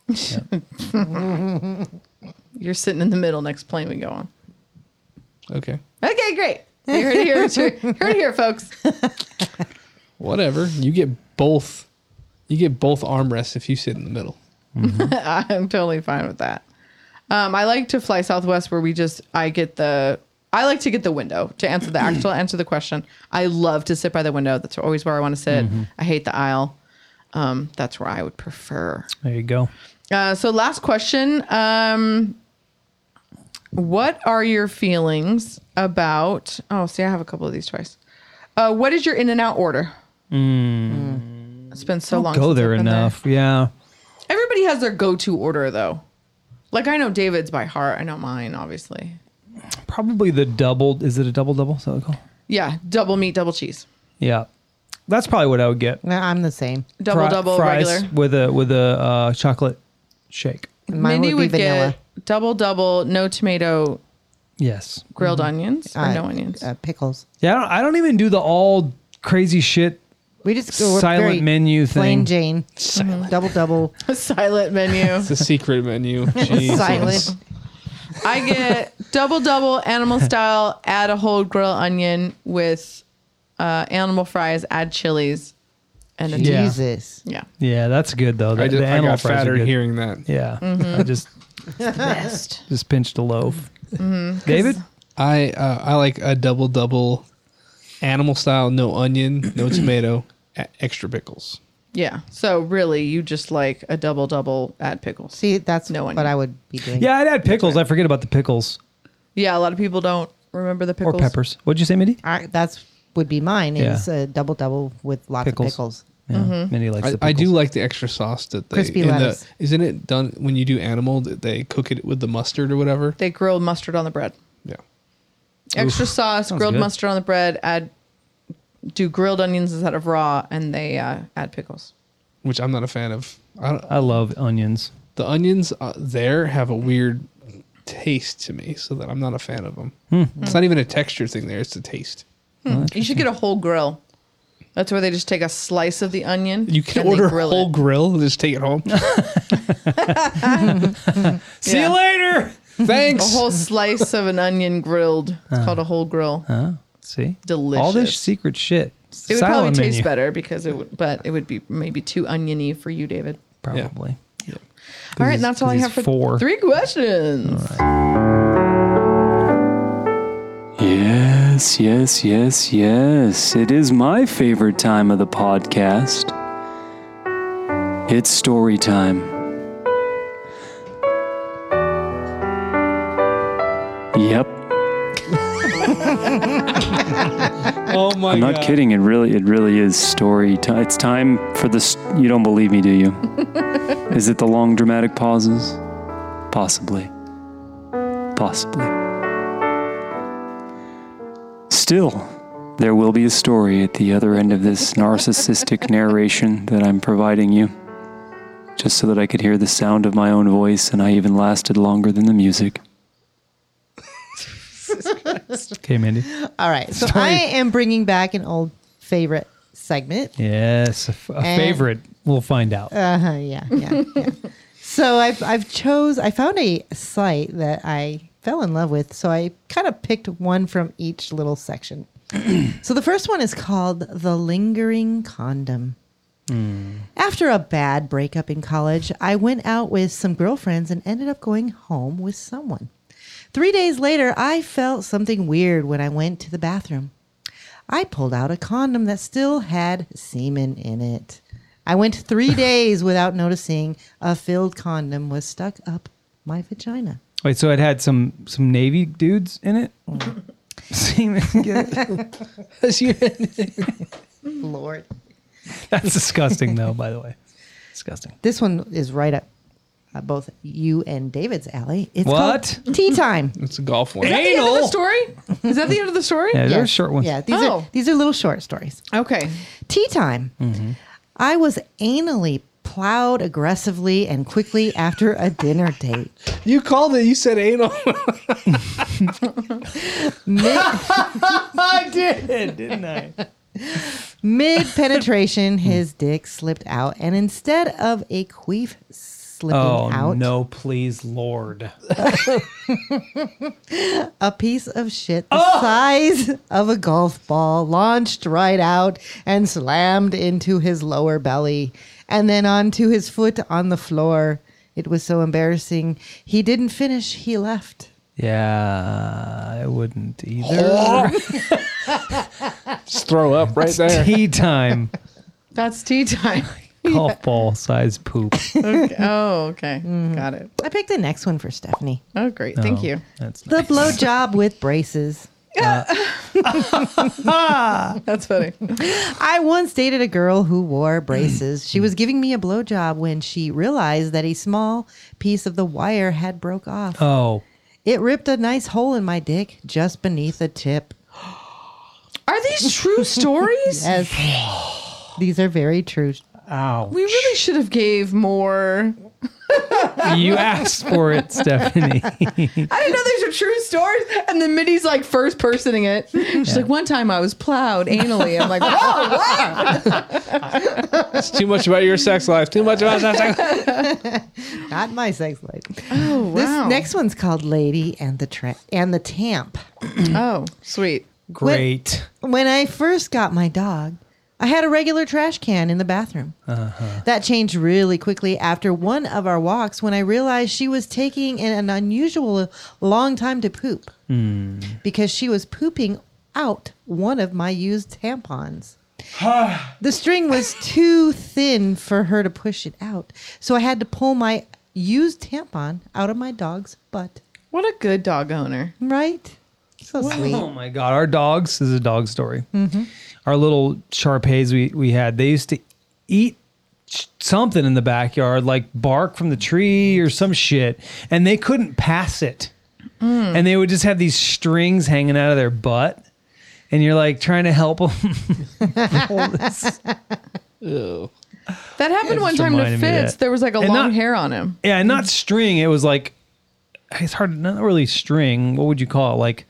D: You're sitting in the middle next plane we go on.
C: Okay.
D: Okay, great. You heard it here, you heard it here, folks.
C: Whatever. You get both. You get both armrests if you sit in the middle.
D: I'm totally fine with that. Um, I like to fly Southwest where we just I get the I like to get the window to answer the actual answer the question. I love to sit by the window. That's always where I want to sit. I hate the aisle. Um, that's where I would prefer.
B: There you go.
D: Uh, so last question. Um, what are your feelings about? Oh, see, I have a couple of these twice. Uh, what is your in and out order? It's been so long.
B: Hmm. Go
D: since
B: there
D: I've been
B: enough. Yeah.
D: Everybody has their go to order though. Like I know David's by heart. I know mine, obviously.
B: Probably the double. Is it a double double? Is that what it's called?
D: Yeah, double meat, double cheese,
B: Yeah. That's probably what I would get.
E: No, I'm the same.
D: double
B: Fri-
D: double
B: fries
D: regular.
B: with a with a uh, chocolate shake.
E: Mine would be vanilla.
D: get double double, no tomato,
B: Yes.
D: grilled
B: Mm-hmm.
D: onions or
E: Uh,
D: no onions.
E: uh, pickles.
B: Yeah. I don't, I don't even do the all crazy shit.
E: We just go with
B: Silent
E: very
B: menu
E: plain
B: thing.
E: Jane, double double,
D: Silent menu.
C: It's a secret menu. Jesus.
E: silent.
D: I get double double animal style. Add a whole grilled onion with uh, animal fries. Add chilies, and a
B: Yeah.
E: Jesus,
D: yeah.
B: Yeah, that's good though. The,
C: I, just,
B: the
C: I
B: animal
C: got
B: fries are
C: fatter
B: good.
C: hearing that.
B: Yeah.
D: Mm-hmm.
B: I just
D: Best.
B: just pinched a loaf.
D: Mm-hmm.
B: David.
C: I uh, I like a double double, animal style, no onion, no tomato, e- extra pickles.
D: Yeah. So really, you just like a double double. Add pickles.
E: see, that's
D: No
E: what
D: onion.
E: I would be doing.
B: Yeah, I'd add pickles. I forget about the pickles,
D: Yeah, a lot of people don't remember the
B: or
D: pickles.
B: peppers. What'd you say, Mindy?
E: I, that's would be mine.
B: Yeah.
E: Is a double double with lots
B: Pickles.
E: of pickles.
B: Yeah,
D: Mm-hmm.
B: Mindy likes
C: I,
B: the pickles.
C: I do like the extra sauce that they
E: Crispy
C: in the-
E: lettuce.
C: isn't it done when you do animal that they cook it with the mustard or whatever?
D: They grilled mustard on the bread.
C: Yeah.
D: Extra sauce,
B: Sounds
D: grilled
B: good.
D: mustard on the bread. Add do grilled onions instead of raw, and they uh, add pickles.
C: Which I'm not a fan of. I don't,
B: I love onions.
C: the onions uh, there have a weird taste to me, so that I'm not a fan of them. It's not even a texture thing there; it's a taste.
D: Hmm. You should get a whole grill. That's where they just take a slice of the onion.
C: You can
D: and they
C: order a
D: grill
C: whole
D: it.
C: grill and just take it home.
B: See
D: Yeah.
B: you later.
D: A
C: Thanks.
D: whole slice of an onion grilled.
B: Uh.
D: It's called a whole grill.
B: See,
D: Delicious.
B: All this secret shit.
D: It would
B: Silent
D: probably taste
B: menu,
D: better because it would, but it would be maybe too oniony for you, David.
B: Probably.
D: All right,
B: he's-
D: and that's all I
B: he's
D: have for
B: four.
D: three questions.
H: Yes, yes, yes, yes. It is my favorite time of the podcast. It's story time. Yep,
C: Oh my
H: I'm not
C: god.
H: kidding. It really, it really is story time. It's time for the. St- you don't believe me, do you? is it the long dramatic pauses? Possibly. Possibly. Still, there will be a story at the other end of this narcissistic narration that I'm providing you, just so that I could hear the sound of my own voice, and I even lasted longer than the music.
B: Okay, Mandy.
E: All right. So I am bringing back an old favorite segment.
B: Yes, a, f- a
E: And-
B: favorite. We'll find out.
E: Uh huh. Yeah. Yeah. yeah. so I've I've chose I found a site that I fell in love with. So I kind of picked one from each little section. so the first one is called the lingering condom. After a bad breakup in college, I went out with some girlfriends and ended up going home with someone. Three days later, I felt something weird when I went to the bathroom. I pulled out a condom that still had semen in it. I went three days without noticing a filled condom was stuck up my vagina.
B: Wait, so it had some some Navy dudes in it. Semen.
C: That's your-
E: Lord.
B: That's disgusting, though. By the way, disgusting.
E: This one is right up uh, both you and David's alley. It's
B: What?
E: called tea time.
C: It's a golf one.
D: Is that the end of the story? Is that the end of the story?
B: Yeah,
E: Yeah.
B: they're short ones.
E: Yeah, these
D: Oh.
E: are these are little short stories.
D: Okay.
E: Tea time.
B: Mm-hmm.
E: I was anally plowed aggressively and quickly after a dinner date.
C: You called it. You said anal.
E: Mid penetration, his dick slipped out, and instead of a queef slipping
B: Oh
E: out,
B: no, please, Lord.
E: a piece of shit the
B: Oh!
E: size of a golf ball launched right out and slammed into his lower belly and then onto his foot on the floor. It was so embarrassing. He didn't finish, he left.
B: Yeah, I wouldn't either.
C: Just throw up right there.
B: Tea time.
D: That's tea time.
B: Golf ball size poop.
D: oh, okay. Got it.
E: I picked the next one for Stephanie.
D: Oh, great. Thank
B: No,
D: you.
B: That's
E: The blowjob with braces.
D: That's funny.
E: I once dated a girl who wore braces. She was giving me a blowjob when she realized that a small piece of the wire had broke off.
B: oh,
E: It ripped a nice hole in my dick just beneath the tip.
D: Are these true stories?
E: As these are very true.
B: ow!
D: We really should have gave more.
B: You asked for it, Stephanie.
D: I didn't know these are true stories. And then Minnie's like first personing it. She's like, one time I was plowed anally. I'm like, whoa, what?
C: It's too much about your sex life. Too much about that sex life.
E: Not my sex life.
D: Oh, wow.
E: This next one's called "Lady and the Tra- and the Tamp."
D: Oh, sweet.
B: Great.
E: When I first got my dog, I had a regular trash can in the bathroom. That changed really quickly after one of our walks when I realized she was taking an, an unusual long time to poop because she was pooping out one of my used tampons. the string was too thin for her to push it out, so I had to pull my used tampon out of my dog's butt.
D: What a good dog owner.
E: Right? So sweet.
B: Oh my god, our dogs this is a dog story.
D: Mm-hmm.
B: Our little Sharpays we we had, they used to eat sh- something in the backyard, like bark from the tree or some shit, and they couldn't pass it,
D: Mm.
B: and they would just have these strings hanging out of their butt, and you're like trying to help them.
C: Ew.
D: That happened
B: Yeah,
D: one
B: just
D: time to
B: reminded me of
D: Fitz.
B: that.
D: There was like a
B: And
D: long
B: not-
D: hair on him.
B: yeah, and not string. It was like it's hard, not really string. What would you call it? Like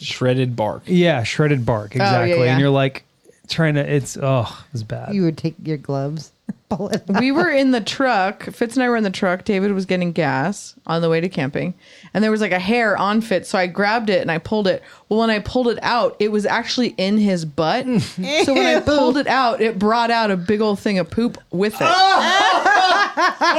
C: Shredded bark.
B: yeah, shredded bark exactly.
D: yeah.
B: And you're like trying to. It's oh, it was bad.
E: You would take your gloves. pulling.
D: we were in the truck. Fitz and I were in the truck. David was getting gas on the way to camping, and there was like a hair on Fitz. So I grabbed it and I pulled it. Well, when I pulled it out, it was actually in his butt. so when I pulled it out, it brought out a big old thing of poop with it. and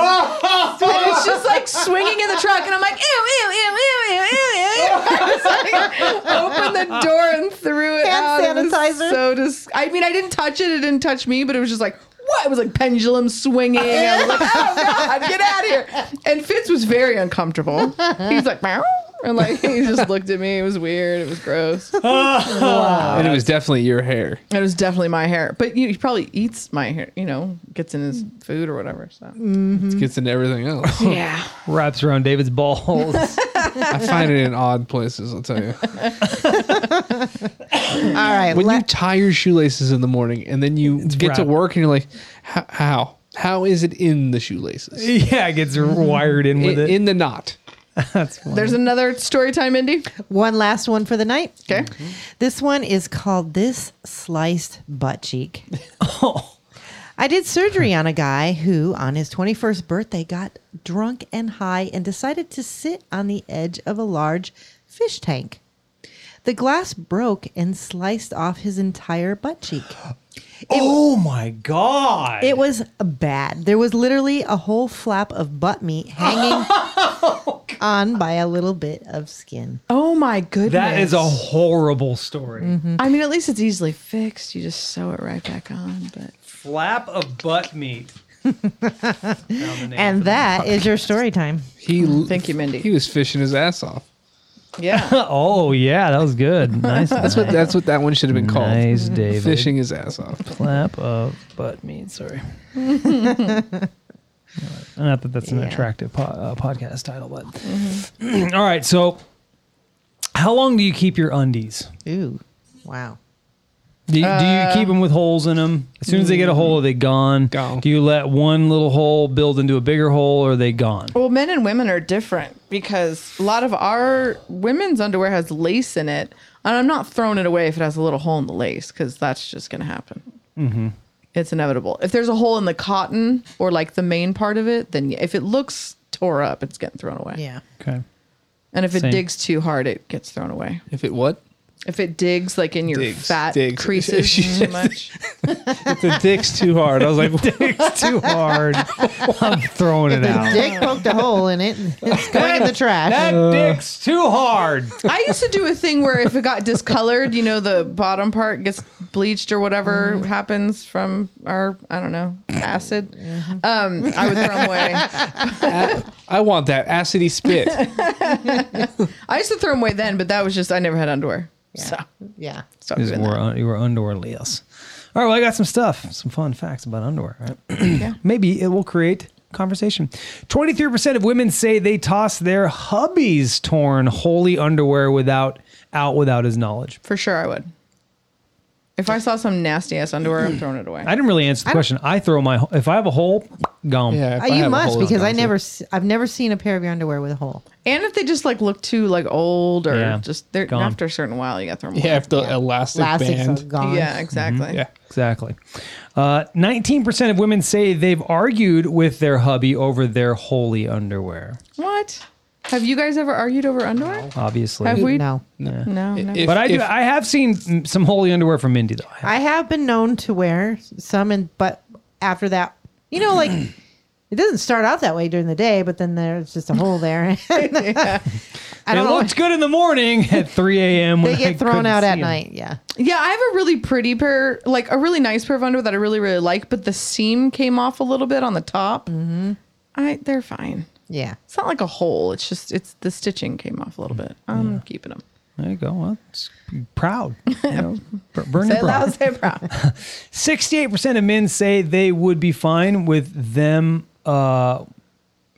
D: it's just like swinging in the truck, and I'm like, ew, ew, ew, ew, ew, ew, ew. I just like opened the door and threw it
E: Hand
D: out. It was
E: sanitizer.
D: So dis- I mean, I didn't touch it. It didn't touch me, but it was just like. What? It was like pendulum swinging. I was like, oh God, get out of here. And Fitz was very uncomfortable. He's like, meow. And like, he just looked at me. It was weird. It was gross.
C: and it was definitely your hair.
D: It was definitely my hair, but you, he probably eats my hair. You know, gets in his food or whatever. So
C: It gets into everything else.
D: yeah,
B: Wraps around David's balls.
C: I find it in odd places. I'll tell you.
E: All right.
C: When
E: la-
C: you tie your shoelaces in the morning and then you get to
B: wrapped.
C: work and you're like, "H- how? How is it in the shoelaces?
B: yeah, it gets wired in with
C: In,
B: it.
C: in the knot.
B: That's funny.
D: there's another story time, Indy.
E: one last one for the night. Mm-hmm.
D: Okay,
E: This one is called This Sliced Butt Cheek. I did surgery on a guy who, on his 21st birthday, got drunk and high and decided to sit on the edge of a large fish tank. The glass broke and sliced off his entire butt cheek.
B: oh my god!
E: It was bad. There was literally a whole flap of butt meat hanging on by a little bit of skin.
D: Oh my goodness,
B: that is a horrible story.
D: I mean, at least it's easily fixed. You just sew it right back on. But
B: Flap of butt meat.
E: And that is your story time.
C: He l-
D: thank you, Mindy.
C: He was fishing his ass off.
D: yeah,
B: oh yeah, that was good. Nice.
C: That's what that's what that one should have been called.
B: nice, David.
C: Fishing his ass off.
B: Flap of butt meat. Sorry. Not that that's an
E: Yeah.
B: attractive po- uh, podcast title, but All right. So, how long do you keep your undies?
E: Ooh, wow.
B: Do you, do you keep them with holes in them? As soon as they get a hole, are they gone?
C: Gone.
B: Do you let one little hole build into a bigger hole, or are they gone?
D: well, men and women are different because a lot of our women's underwear has lace in it, and I'm not throwing it away if it has a little hole in the lace because that's just gonna happen.
B: Mm-hmm.
D: It's inevitable. If there's a hole in the cotton or like the main part of it, then yeah, if it looks tore up, it's getting thrown away.
E: Yeah.
B: Okay.
D: And if it
B: Same.
D: digs too hard, it gets thrown away.
C: If it what?
D: If it digs like in your
C: Digs,
D: fat
C: digs.
D: creases
C: She
D: too
C: just-
D: much,
C: If the dick's too hard. I was like,
B: It's too hard. I'm throwing it
E: The
B: out. Uh,
E: dick poked a hole in it. It's going in the trash.
B: That dick's too hard.
D: I used to do a thing where if it got discolored, you know, the bottom part gets bleached or whatever
B: Mm-hmm.
D: happens from our I don't know acid.
B: Mm-hmm.
D: Um, I would throw 'em away.
C: I want that acidy spit.
D: I used to throw them away then, but that was just I never had underwear, so
E: yeah.
D: stop
B: Because
D: doing
B: we're
D: that.
B: un- you were underwearless. All right, well, I got some stuff, some fun facts about underwear. Right? Maybe it will create conversation. 23% of women say they toss their hubby's torn holy underwear without out without his knowledge.
D: For sure, I would. If I saw some nasty ass underwear, I'm throwing it away.
B: I didn't really answer the question. I throw my if I have a hole, gone.
C: Yeah, if
E: Uh,
C: I have
E: you
C: a
E: must
C: hole,
E: because I
C: I'll
E: never, s- I've never seen a pair of your underwear with a hole.
D: And if they just like look too like old or
B: Yeah.
D: just they're
B: Gone.
D: after a certain while, you got to throw them
C: Yeah, if the elastic,
E: Plastics are
C: band.
E: gone.
D: away. Yeah, exactly.
C: Yeah.
B: Exactly. Uh, 19% of women say they've argued with their hubby over their holy underwear.
D: What? Have you guys ever argued over underwear?
B: Obviously.
D: Have we?
E: No.
D: No, no.
C: If-
B: but I do
C: if-
B: I have seen mm, some holy underwear from Mindy though.
E: I have been known to wear some, and but after that, you know, like it doesn't start out that way during the day, but then there's just a hole there. I
B: it
E: don't know.
B: looked good in the morning at 3 a.m.
E: They
B: when I
E: get thrown
B: couldn't
E: out
B: see
E: at
B: 'em.
E: night. Yeah.
D: Yeah, I have a really pretty pair, like a really nice pair of underwear that I really really like, but the seam came off a little bit on the top. Mm-hmm. I they're fine.
E: Yeah.
D: It's not like a hole. It's just it's the stitching came off a little bit. I'm keeping them.
B: There you go. Well, it's proud. You know, bur- burn your
D: Say it
B: proud.
D: loud, say it proud.
B: 68% of men say they would be fine with them uh,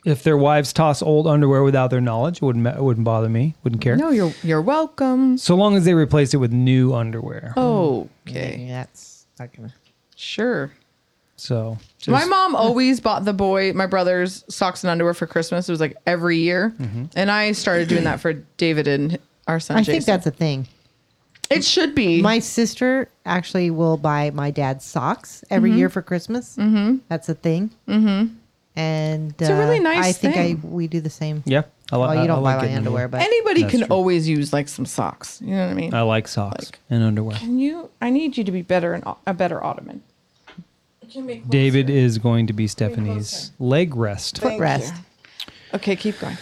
B: if their wives toss old underwear without their knowledge. It wouldn't, ma- it wouldn't bother me. Wouldn't care.
D: no, you're you're welcome.
B: So long as they replace it with new underwear.
D: Oh. Okay,
E: Yeah, That's not gonna.
D: sure.
B: So just,
D: my mom always bought the boy, my brother's socks and underwear for Christmas. It was like every year, and I started doing that for David and our son.
E: Mm-hmm. I
D: Jason.
E: think that's a thing.
D: It should be.
E: My sister actually will buy my dad socks every year for Christmas. Mm-hmm. That's a thing. Mm-hmm. And it's
D: a really nice
E: I think
D: thing.
E: I we do the same.
B: Yeah, I li-
E: well,
B: I-
E: you
B: I
E: don't
B: like
E: buy
B: it
E: my
B: in
E: underwear,
B: here.
E: but
D: Anybody
B: That's
D: can
B: true.
D: always use like some socks. You know what I
E: Oh.
D: mean?
B: I like socks and underwear.
D: Can you? I need you to be better and a better ottoman.
B: David is going to be Stephanie's leg rest.
E: foot rest.
D: Okay, keep going.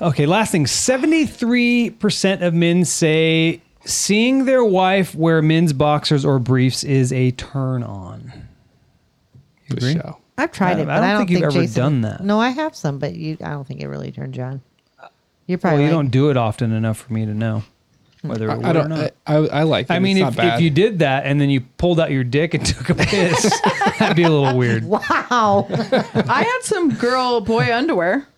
B: Okay, last thing 73% of men say seeing their wife wear men's boxers or briefs is a turn on. You agree?
C: Show.
E: I've tried
B: I-
E: it, but
B: I don't
E: I don't
B: think you've ever
E: Jason-
B: done that.
E: No, I have some, but you, I don't think it really turns you on. You're
B: Well,
E: probably
B: you
E: like,
B: don't do it often enough for me to know whether it would
C: I, I
B: or
C: don't.
B: not.
C: I, I, I like. It.
B: I mean,
C: It's
B: if,
C: not
B: if you
C: bad.
B: did that and then you pulled out your dick and took a piss, that'd be a little weird.
E: wow.
D: I had some girl boy underwear.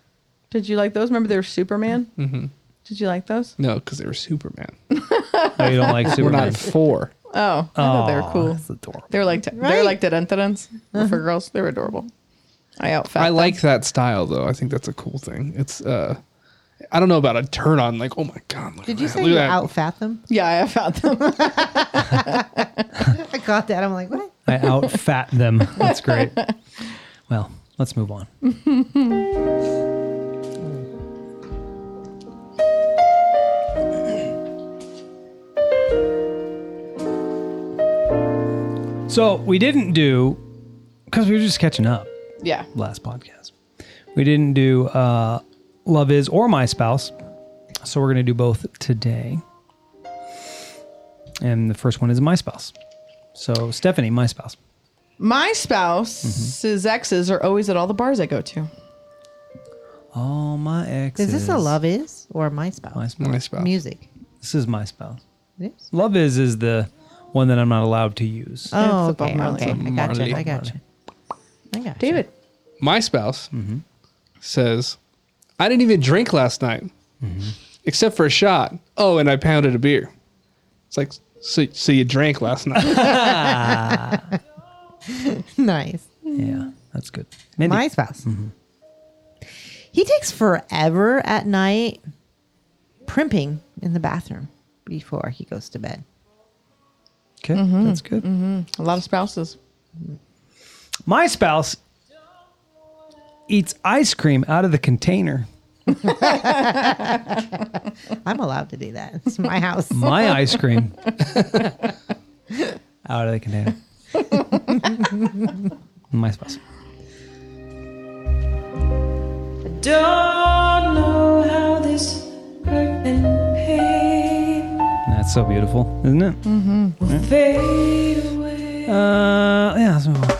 D: Did you like those? Remember they were Superman? Mm-hmm. Did you like those?
C: no, because they were Superman.
B: Oh, you don't like
C: We're
B: Superman.
C: not four.
D: Oh, I thought they were
B: Aw,
D: cool.
B: That's adorable.
D: They were like they were like da-dun-da-duns
E: Uh-huh.
D: for girls. They were adorable. I outfit.
C: I like that style though. I think that's a cool thing. It's uh, I don't know about a turn on. Like, oh my god, look
E: Did
C: at
E: you
C: that.
E: say
C: look
E: you
C: at that.
E: outfat them?
D: Yeah, I found them.
E: I got that. I'm like, what?
B: I outfat them. That's great. Well, let's move on. so we didn't do because we were just catching up
D: yeah.
B: last podcast. We didn't do uh, Love Is or My Spouse. So we're going to do both today. And the first one is My Spouse. So, Stephanie, My Spouse.
D: My spouse's exes are always at all the bars I go to.
B: All my exes.
E: Is this a love is or my spouse?
B: My spouse.
C: My spouse.
E: Music.
B: This is My Spouse.
E: Yes.
B: Love Is is the one that I'm not allowed to use.
D: It's
E: Oh,
D: the Bob
E: okay,
D: Marley
E: okay. I
D: song.
E: got gotcha, you.
C: Marley.
E: I got gotcha. you. I got gotcha.
D: David.
C: My spouse says, I didn't even drink last night, Mm-hmm. except for a shot. Oh, and I pounded a beer. It's like, so, so you drank last
E: Uh-huh.
C: night.
E: Nice.
B: Yeah, that's good. Mindy.
E: My spouse.
B: Mm-hmm.
E: He takes forever at night primping in the bathroom before he goes to bed.
B: okay,
E: Mm-hmm.
B: that's good.
D: A lot of spouses.
B: My spouse eats ice cream out of the container.
E: I'm allowed to do that. It's my house.
B: my ice cream out of the container. my spouse.
G: Don't know how this hurt and pain Mm-hmm.
B: That's so beautiful, isn't it?
G: fade away.
B: Uh, yeah, let's move on.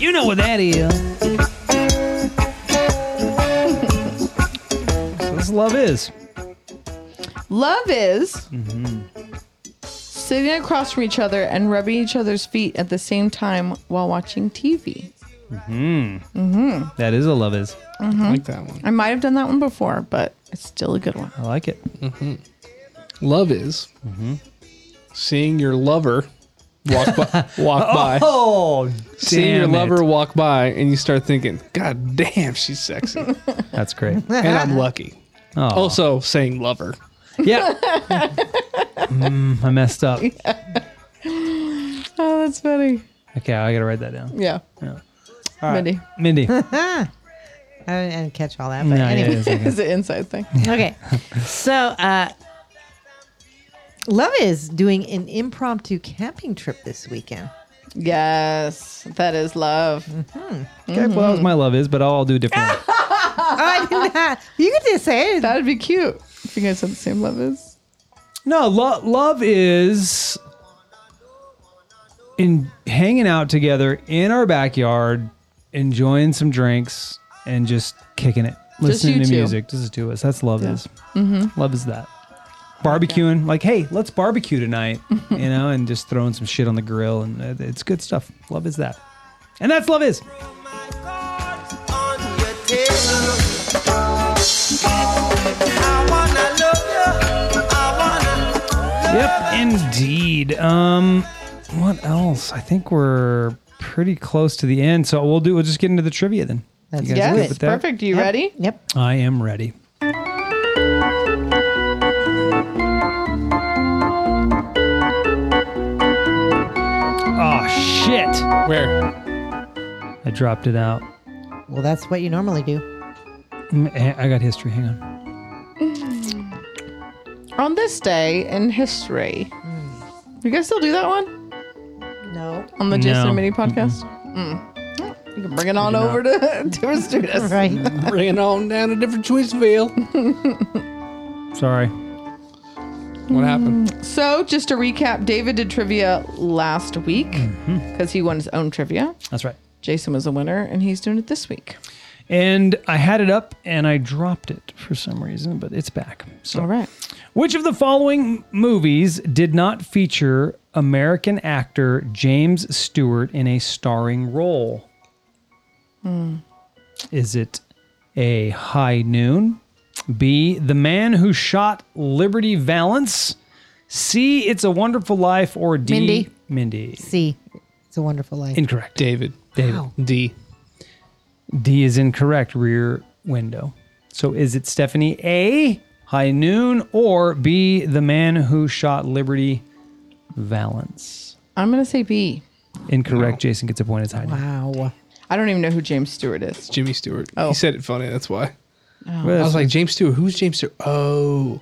B: You know what that is. so this love is.
D: Love is sitting across from each other and rubbing each other's feet at the same time while watching TV.
B: That is a love is.
C: I like that one.
D: I might have done that one before, but it's still a good one.
B: I like it.
C: Love is seeing your lover walk by, walk by
B: Oh,
C: seeing your
B: damn it.
C: lover walk by, and you start thinking, God damn, she's sexy, and
B: That's great.
C: I'm lucky.
B: Oh,
C: Also, saying lover.
B: yeah. Mm, I messed up.
D: Oh, that's funny.
B: Okay, I gotta write that down.
D: Yeah. Mindy.
B: Mindy.
E: I didn't catch all that. But
B: No,
E: anyway.
B: yeah, it's okay.
D: It's an inside thing.
E: Okay. So, uh, Love is doing an impromptu camping trip this weekend.
D: Yes. That is love.
B: Okay, well, that was my love is, but I'll do a different one.
E: Oh, I did not. You could just say it.
D: That would be cute if you guys had the same love is.
B: No, lo- love is in hanging out together in our backyard, enjoying some drinks, and just kicking it, listening
D: you
B: to
D: two. Mm-hmm.
B: music. This is to us. That's love is. Love is that. Barbecuing, like, hey, let's barbecue tonight, you know, and just throwing some shit on the grill, and it- it's good stuff. Love is that, and that's love is. Yep, indeed. Um, what else? I think we're pretty close to the end, so we'll do. We'll just get into the trivia then.
E: That's
B: You guys
E: good.
B: good
D: Yes.
B: with that?
D: Perfect. You
E: Yep,
D: ready?
E: Yep.
B: I am ready. Oh, shit.
C: Where?
B: I dropped it out.
E: Well, that's what you normally do.
B: Mm, eh, I got history. Hang on.
D: On this day in history, you guys still do that one
E: No.
D: on the Jason
B: No.
D: and Mini podcast? Mm. You can bring it on over to to a student.
E: Right.
C: Bring it on down to different Tweetsville.
B: Sorry.
C: What happened?
D: So, just to recap, David did trivia last week because he won his own trivia.
B: That's right.
D: Jason was a winner, and he's doing it this week.
B: And I had it up and I dropped it for some reason, but it's back. So,
D: All right.
B: which of the following movies did not feature American actor James Stewart in a starring role? Is it A. High Noon? B. The Man Who Shot Liberty Valance? C. It's a Wonderful Life? Or D.
E: Mindy.
B: Mindy.
E: See, it's a wonderful life.
B: Incorrect.
C: David. David. D.
B: D is incorrect. Rear window. So is it Stephanie A, High Noon, or B, the man who shot Liberty Valance?
D: I'm going to say B.
B: Incorrect. Jason gets a point. It's High Noon.
E: wow.
D: I don't even know who James Stewart is.
C: Jimmy Stewart.
D: Oh.
C: He said it funny. That's why.
B: Well,
C: I was like, James Stewart. Who's James Stewart? Oh.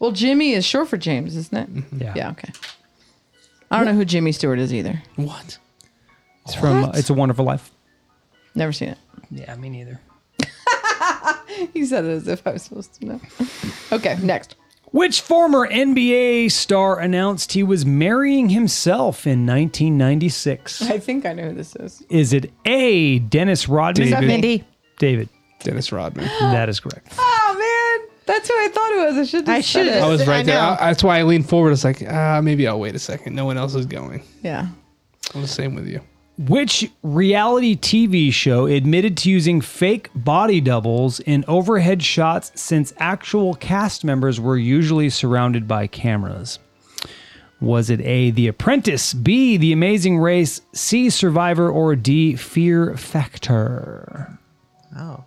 D: Well, Jimmy is short for James, isn't it?
B: yeah.
D: Yeah, okay. I don't know who Jimmy Stewart is either.
C: What?
B: It's from uh, It's a Wonderful Life.
D: Never seen it.
B: Yeah, me neither.
D: He said it as if I was supposed to know. Okay, next.
B: Which former NBA star announced he was marrying himself in 1996?
D: I think I know who this is.
B: Is it A, Dennis Rodman?
D: David.
E: Mindy,
B: David.
C: Dennis Rodman.
B: That is correct.
D: Oh, man. That's who I thought it was. I should
E: I
D: have said
E: should've
D: it.
C: I was right there.
E: know.
C: I- that's why I leaned forward. It's like, ah, maybe I'll wait a second. No one else is going.
D: Yeah.
C: I'm the same with you.
B: Which reality TV show admitted to using fake body doubles in overhead shots since actual cast members were usually surrounded by cameras? Was it A, The Apprentice, B, The Amazing Race, C, Survivor, or D, Fear Factor?
E: Oh.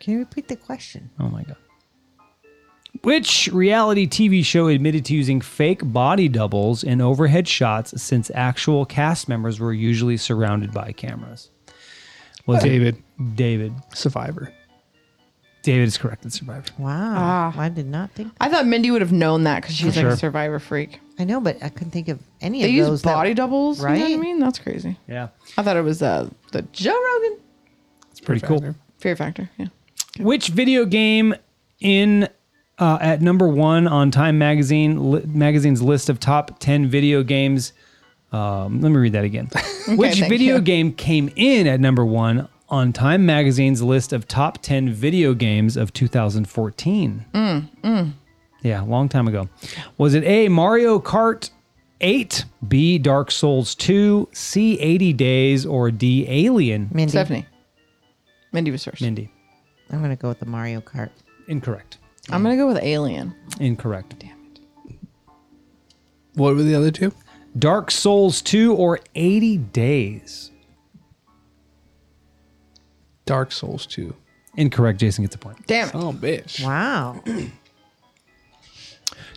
E: Can you repeat the question?
B: Oh my God. Which reality TV show admitted to using fake body doubles in overhead shots since actual cast members were usually surrounded by cameras? Was it
C: David.
B: David.
C: Survivor.
B: David is correct in Survivor.
E: Wow.
D: Ah.
E: I did not think.
D: I thought Mindy would have known that because she's like
B: sure.
D: a survivor freak.
E: I know, but I couldn't think of any
D: They
E: of
D: use
E: those. that-
D: body doubles. Right? You know what
E: right?
D: I mean? That's crazy.
B: Yeah.
D: I thought it was uh, the Joe Rogan
B: It's pretty cool.
D: Fear Factor. Yeah.
B: Which video game in uh, at number one on Time Magazine li- magazine's list of top ten video games? Um, let me read that again. Which
D: thank
B: video
D: you.
B: game came in at number one on Time Magazine's list of top ten video games of 2014?
D: Mm,
B: Yeah, long time ago. Was it A, Mario Kart 8, B, Dark Souls 2, C, 80 Days, or D, Alien?
E: Mindy,
D: Stephanie. Mindy was first.
B: Mindy.
E: I'm gonna go with the Mario Kart.
B: Incorrect.
D: I'm going to go with Alien.
B: Incorrect.
C: What were the other two?
B: Dark Souls 2 or 80 Days?
C: Dark Souls 2.
B: Incorrect. Jason gets a point.
D: Damn it.
C: Oh, bitch.
E: Wow.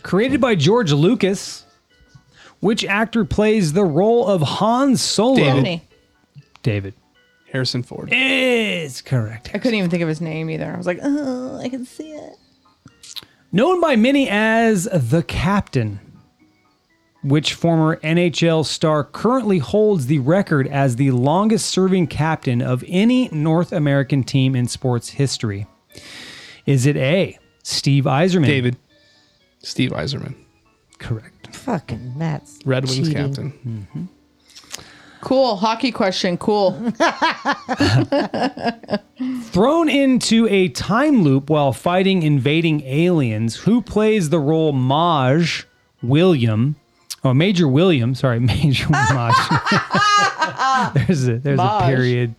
B: Created by George Lucas, which actor plays the role of Han Solo?
C: David.
D: Stephanie.
B: David.
C: Harrison Ford.
B: Is correct.
D: I couldn't even think of his name either. I was like, oh, I can see it.
B: Known by many as the Captain, which former NHL star currently holds the record as the longest serving captain of any North American team in sports history? Is it A, Steve Eiserman?
C: David. Steve Eiserman.
B: Correct.
E: Fucking Mets.
C: Red Wings
E: cheating.
C: captain.
D: Cool. Hockey question. Cool.
B: Thrown into a time loop while fighting invading aliens, who plays the role Maj William? Oh, Major William. Sorry, Major Maj. there's a there's a
D: Maj. Mm-hmm.
B: period.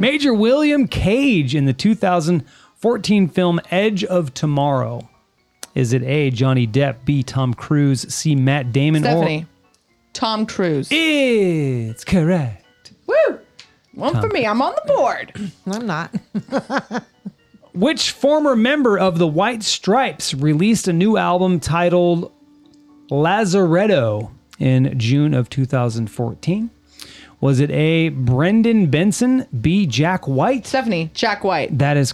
B: Major William Cage in the 2014 film Edge of Tomorrow. Is it A. Johnny Depp, B. Tom Cruise, C. Matt Damon,
D: Stephanie. Tom Cruise.
B: or it's correct.
D: Woo! One for me. I'm on the board.
E: I'm not.
B: Which former member of the White Stripes released a new album titled Lazaretto in June of 2014? Was it A. Brendan Benson, B. Jack White?
D: Stephanie, Jack White.
B: That is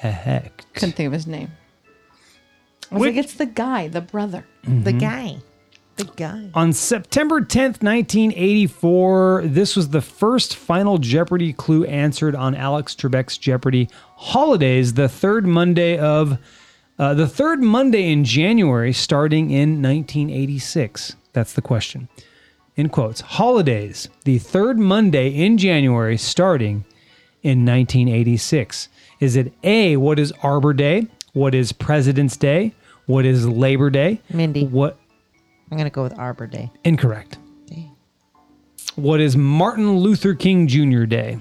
B: correct.
D: Couldn't think of his name. I was
B: Which-
D: like, it's the guy, the brother.
C: Mm-hmm.
E: The guy. The guy.
B: On September 10th, 1984, this was the first final Jeopardy clue answered on Alex Trebek's Jeopardy holidays, the third Monday of uh, the third Monday in January, starting in 1986. That's the question. In quotes, holidays, the third Monday in January, starting in 1986? Is it A, what is Arbor Day? What is President's Day? What is Labor Day?
E: Mindy.
B: What
E: I'm gonna go with Arbor Day.
B: Incorrect.
E: Dang.
B: What is Martin Luther King Jr. Day?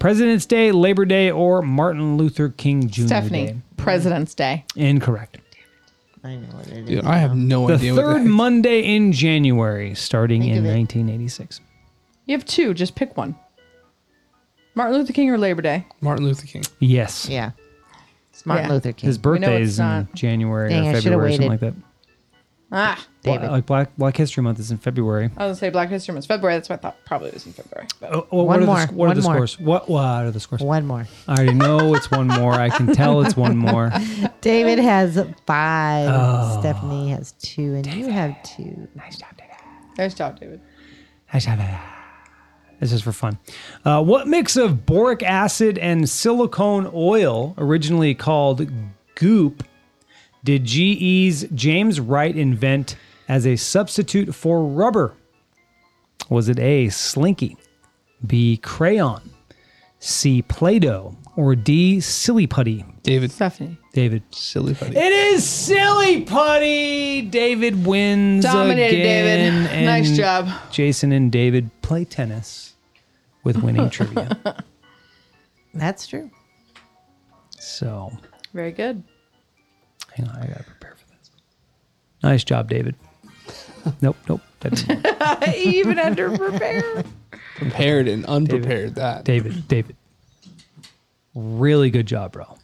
B: President's Day, Labor Day, or Martin Luther King Jr.
D: Stephanie,
B: Day?
D: President's Day.
B: Incorrect.
E: I know what it is.
C: Dude, I have no
B: The
C: idea what
B: third
C: the heck-
B: Monday in January, starting
E: Think
B: in
E: of it.
B: 1986.
D: You have two, just pick one. Martin Luther King or Labor Day?
C: Martin Luther King.
B: Yes.
E: Yeah. It's Martin
D: Yeah.
E: Luther King.
B: His
D: know
B: birthday
D: it's
B: is in
D: not.
B: January
E: Dang, I
B: or
E: should've
B: February, something like
E: waited.
B: that.
D: Ah.
E: David.
B: Like Black Black History Month is in February.
D: I was gonna say Black History Month, February. That's what I thought. Probably it was in February. But
B: Oh, oh,
E: Uh, One
B: what are
E: more,
B: The, sc- what are
E: one
B: the
E: more.
B: scores? What, what are the scores?
E: One more.
B: I already know it's one more. I can tell it's one more.
E: David has five.
C: Oh.
E: Stephanie has two, and you have two.
D: there's job, David.
B: This is for fun. Uh, what mix of boric acid and silicone oil, originally called goop, did GE's James Wright invent as a substitute for rubber? Was it A, slinky, B, crayon, C, Play Doh, or D, silly putty?
C: David,
D: Stephanie.
B: David.
C: silly buddy.
B: It is silly putty. David wins.
D: Dominated, David.
B: again, and
D: Nice job.
B: Jason and David play tennis with winning trivia.
E: That's true.
B: So
D: Very good.
B: hang on, I gotta prepare for this. Nice job, David. Nope, nope. That's
D: Even under prepare.
C: Prepared and unprepared. That
B: David. David. Really good job, bro.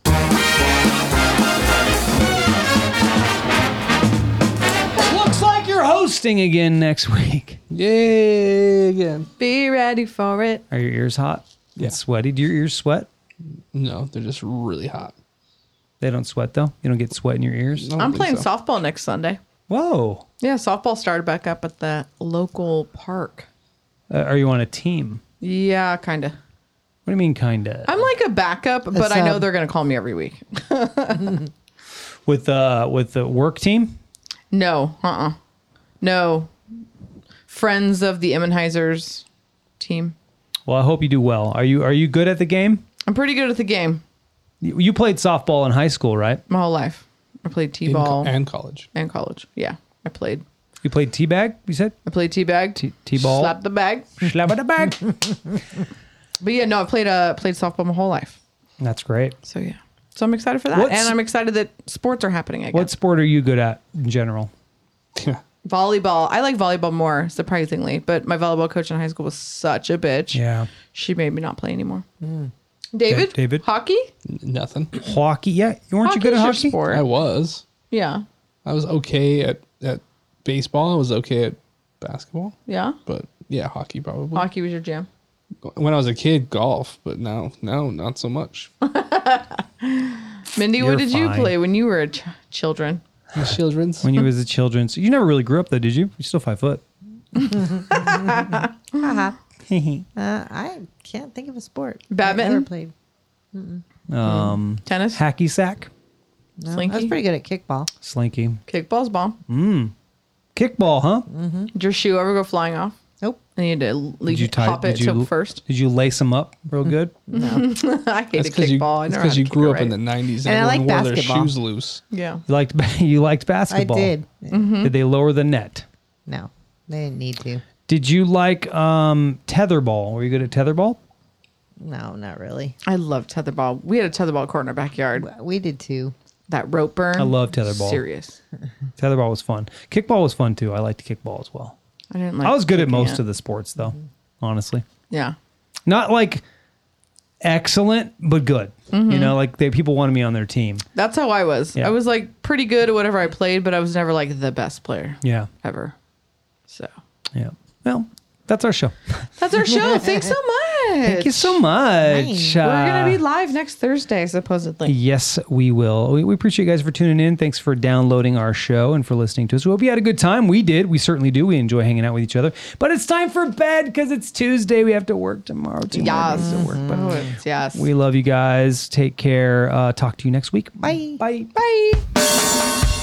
B: Looks like you're hosting again next week.
C: yay again.
D: Be ready for it.
B: Are your ears hot?
C: Yeah.
B: And sweaty? Do your ears sweat?
C: No, they're just really hot.
B: They don't sweat though. You don't get sweat in your ears.
C: I don't
D: I'm
C: think
D: playing
C: so.
D: softball next Sunday.
B: Whoa.
D: Yeah, softball started back up at the local park.
B: Uh, are you on a team?
D: Yeah, kinda.
B: What do you mean, kinda?
D: I'm like a backup, but I know
E: sub.
D: they're gonna call me every week.
B: with uh with the work team?
D: No, uh, uh no. Friends of the Emmenheisers team.
B: Well, I hope you do well. Are you are you good at the game?
D: I'm pretty good at the game.
B: You, you played softball in high school, right?
D: My whole life, I played
C: In co-
D: t-ball and,
C: and college.
D: college. Yeah, I played.
B: You played teabag. You said
D: I played teabag,
B: T- t-ball?
D: slap the bag.
B: slap at the bag.
D: But yeah, no, I played uh played softball my whole life.
B: That's great.
D: So yeah, so I'm excited for that,
B: What's-
D: and I'm excited that sports are happening again.
B: What sport are you good at in general?
C: Yeah.
D: volleyball? I like volleyball more surprisingly, but my volleyball coach in high school was such a bitch.
B: Yeah,
D: she made me not play anymore. David,
B: Da- David?
D: hockey.
C: N- Nothing.
B: hockey. Yeah, you weren't you good at
D: Hockey's
B: hockey?
D: your sport.
C: I was.
D: Yeah,
C: I was okay at at baseball. I was okay at basketball,
D: yeah.
C: but yeah, hockey probably.
D: Hockey was your jam.
C: When I was a kid, golf, but now no, not so much.
D: Mindy,
B: You're
D: what did you
B: fine.
D: play when you were a ch- children?
C: Children's.
B: When you was a children, so you never really grew up though, did you? You're still five foot.
D: Uh-huh.
E: Uh, I can't think of a sport. I
D: Badminton?
E: never played.
B: Um,
D: Tennis,
B: hacky sack,
E: No, I was
D: Slinky?
E: pretty good at kickball.
B: slinky,
D: kickballs, bomb.
B: kickball, huh?
D: Did your shoe ever go flying off?
E: Nope.
D: And you had to le-
B: Did you tie-
D: pop it
B: did you
D: to
B: l-
D: first. Mm-hmm.
B: Did you lace them up real good?
D: I hated
C: you,
D: kickball. I
C: that's
D: never had
C: 'cause you
D: to kick
C: grew
D: it
C: up in the
D: right.
C: 90s
E: And I
C: everyone
E: like
C: wore
E: basketball.
C: their shoes loose.
D: yeah.
B: You liked you liked basketball.
E: I did.
D: Mm-hmm.
B: Did they lower the net?
E: No, they didn't need to.
B: Did you like um, tetherball? Were you good at tetherball?
E: No, not really.
D: I love tetherball. We had a tetherball court in our backyard.
E: We did too.
D: That rope burn.
B: I love tetherball.
D: Serious.
B: Tetherball was fun. Kickball was fun too. I liked kickball as well.
D: I didn't like.
B: I was good at most of the sports though, honestly.
D: Yeah.
B: Not like excellent but good.
D: Mm-hmm.
B: You know, like they people wanted me on their team.
D: That's how I was.
B: Yeah.
D: I was like pretty good at whatever I played, but I was never like the best player
B: Yeah,
D: ever. So
B: yeah. Well, that's our show.
D: that's our show. Thanks so much.
B: Thank you so much.
D: We're
B: Uh,
D: gonna be live next Thursday, supposedly.
B: Yes, we will. We, we appreciate you guys for tuning in. Thanks for downloading our show and for listening to us. We hope you had a good time. We did. We certainly do. We enjoy hanging out with each other. But it's time for bed because it's Tuesday. We have to work tomorrow. Tomorrow
D: Yes.
B: days to work. But
D: Mm-hmm. Oh, Yes.
B: we love you guys. Take care. Uh, talk to you next week.
E: Bye.
B: Bye.
D: Bye.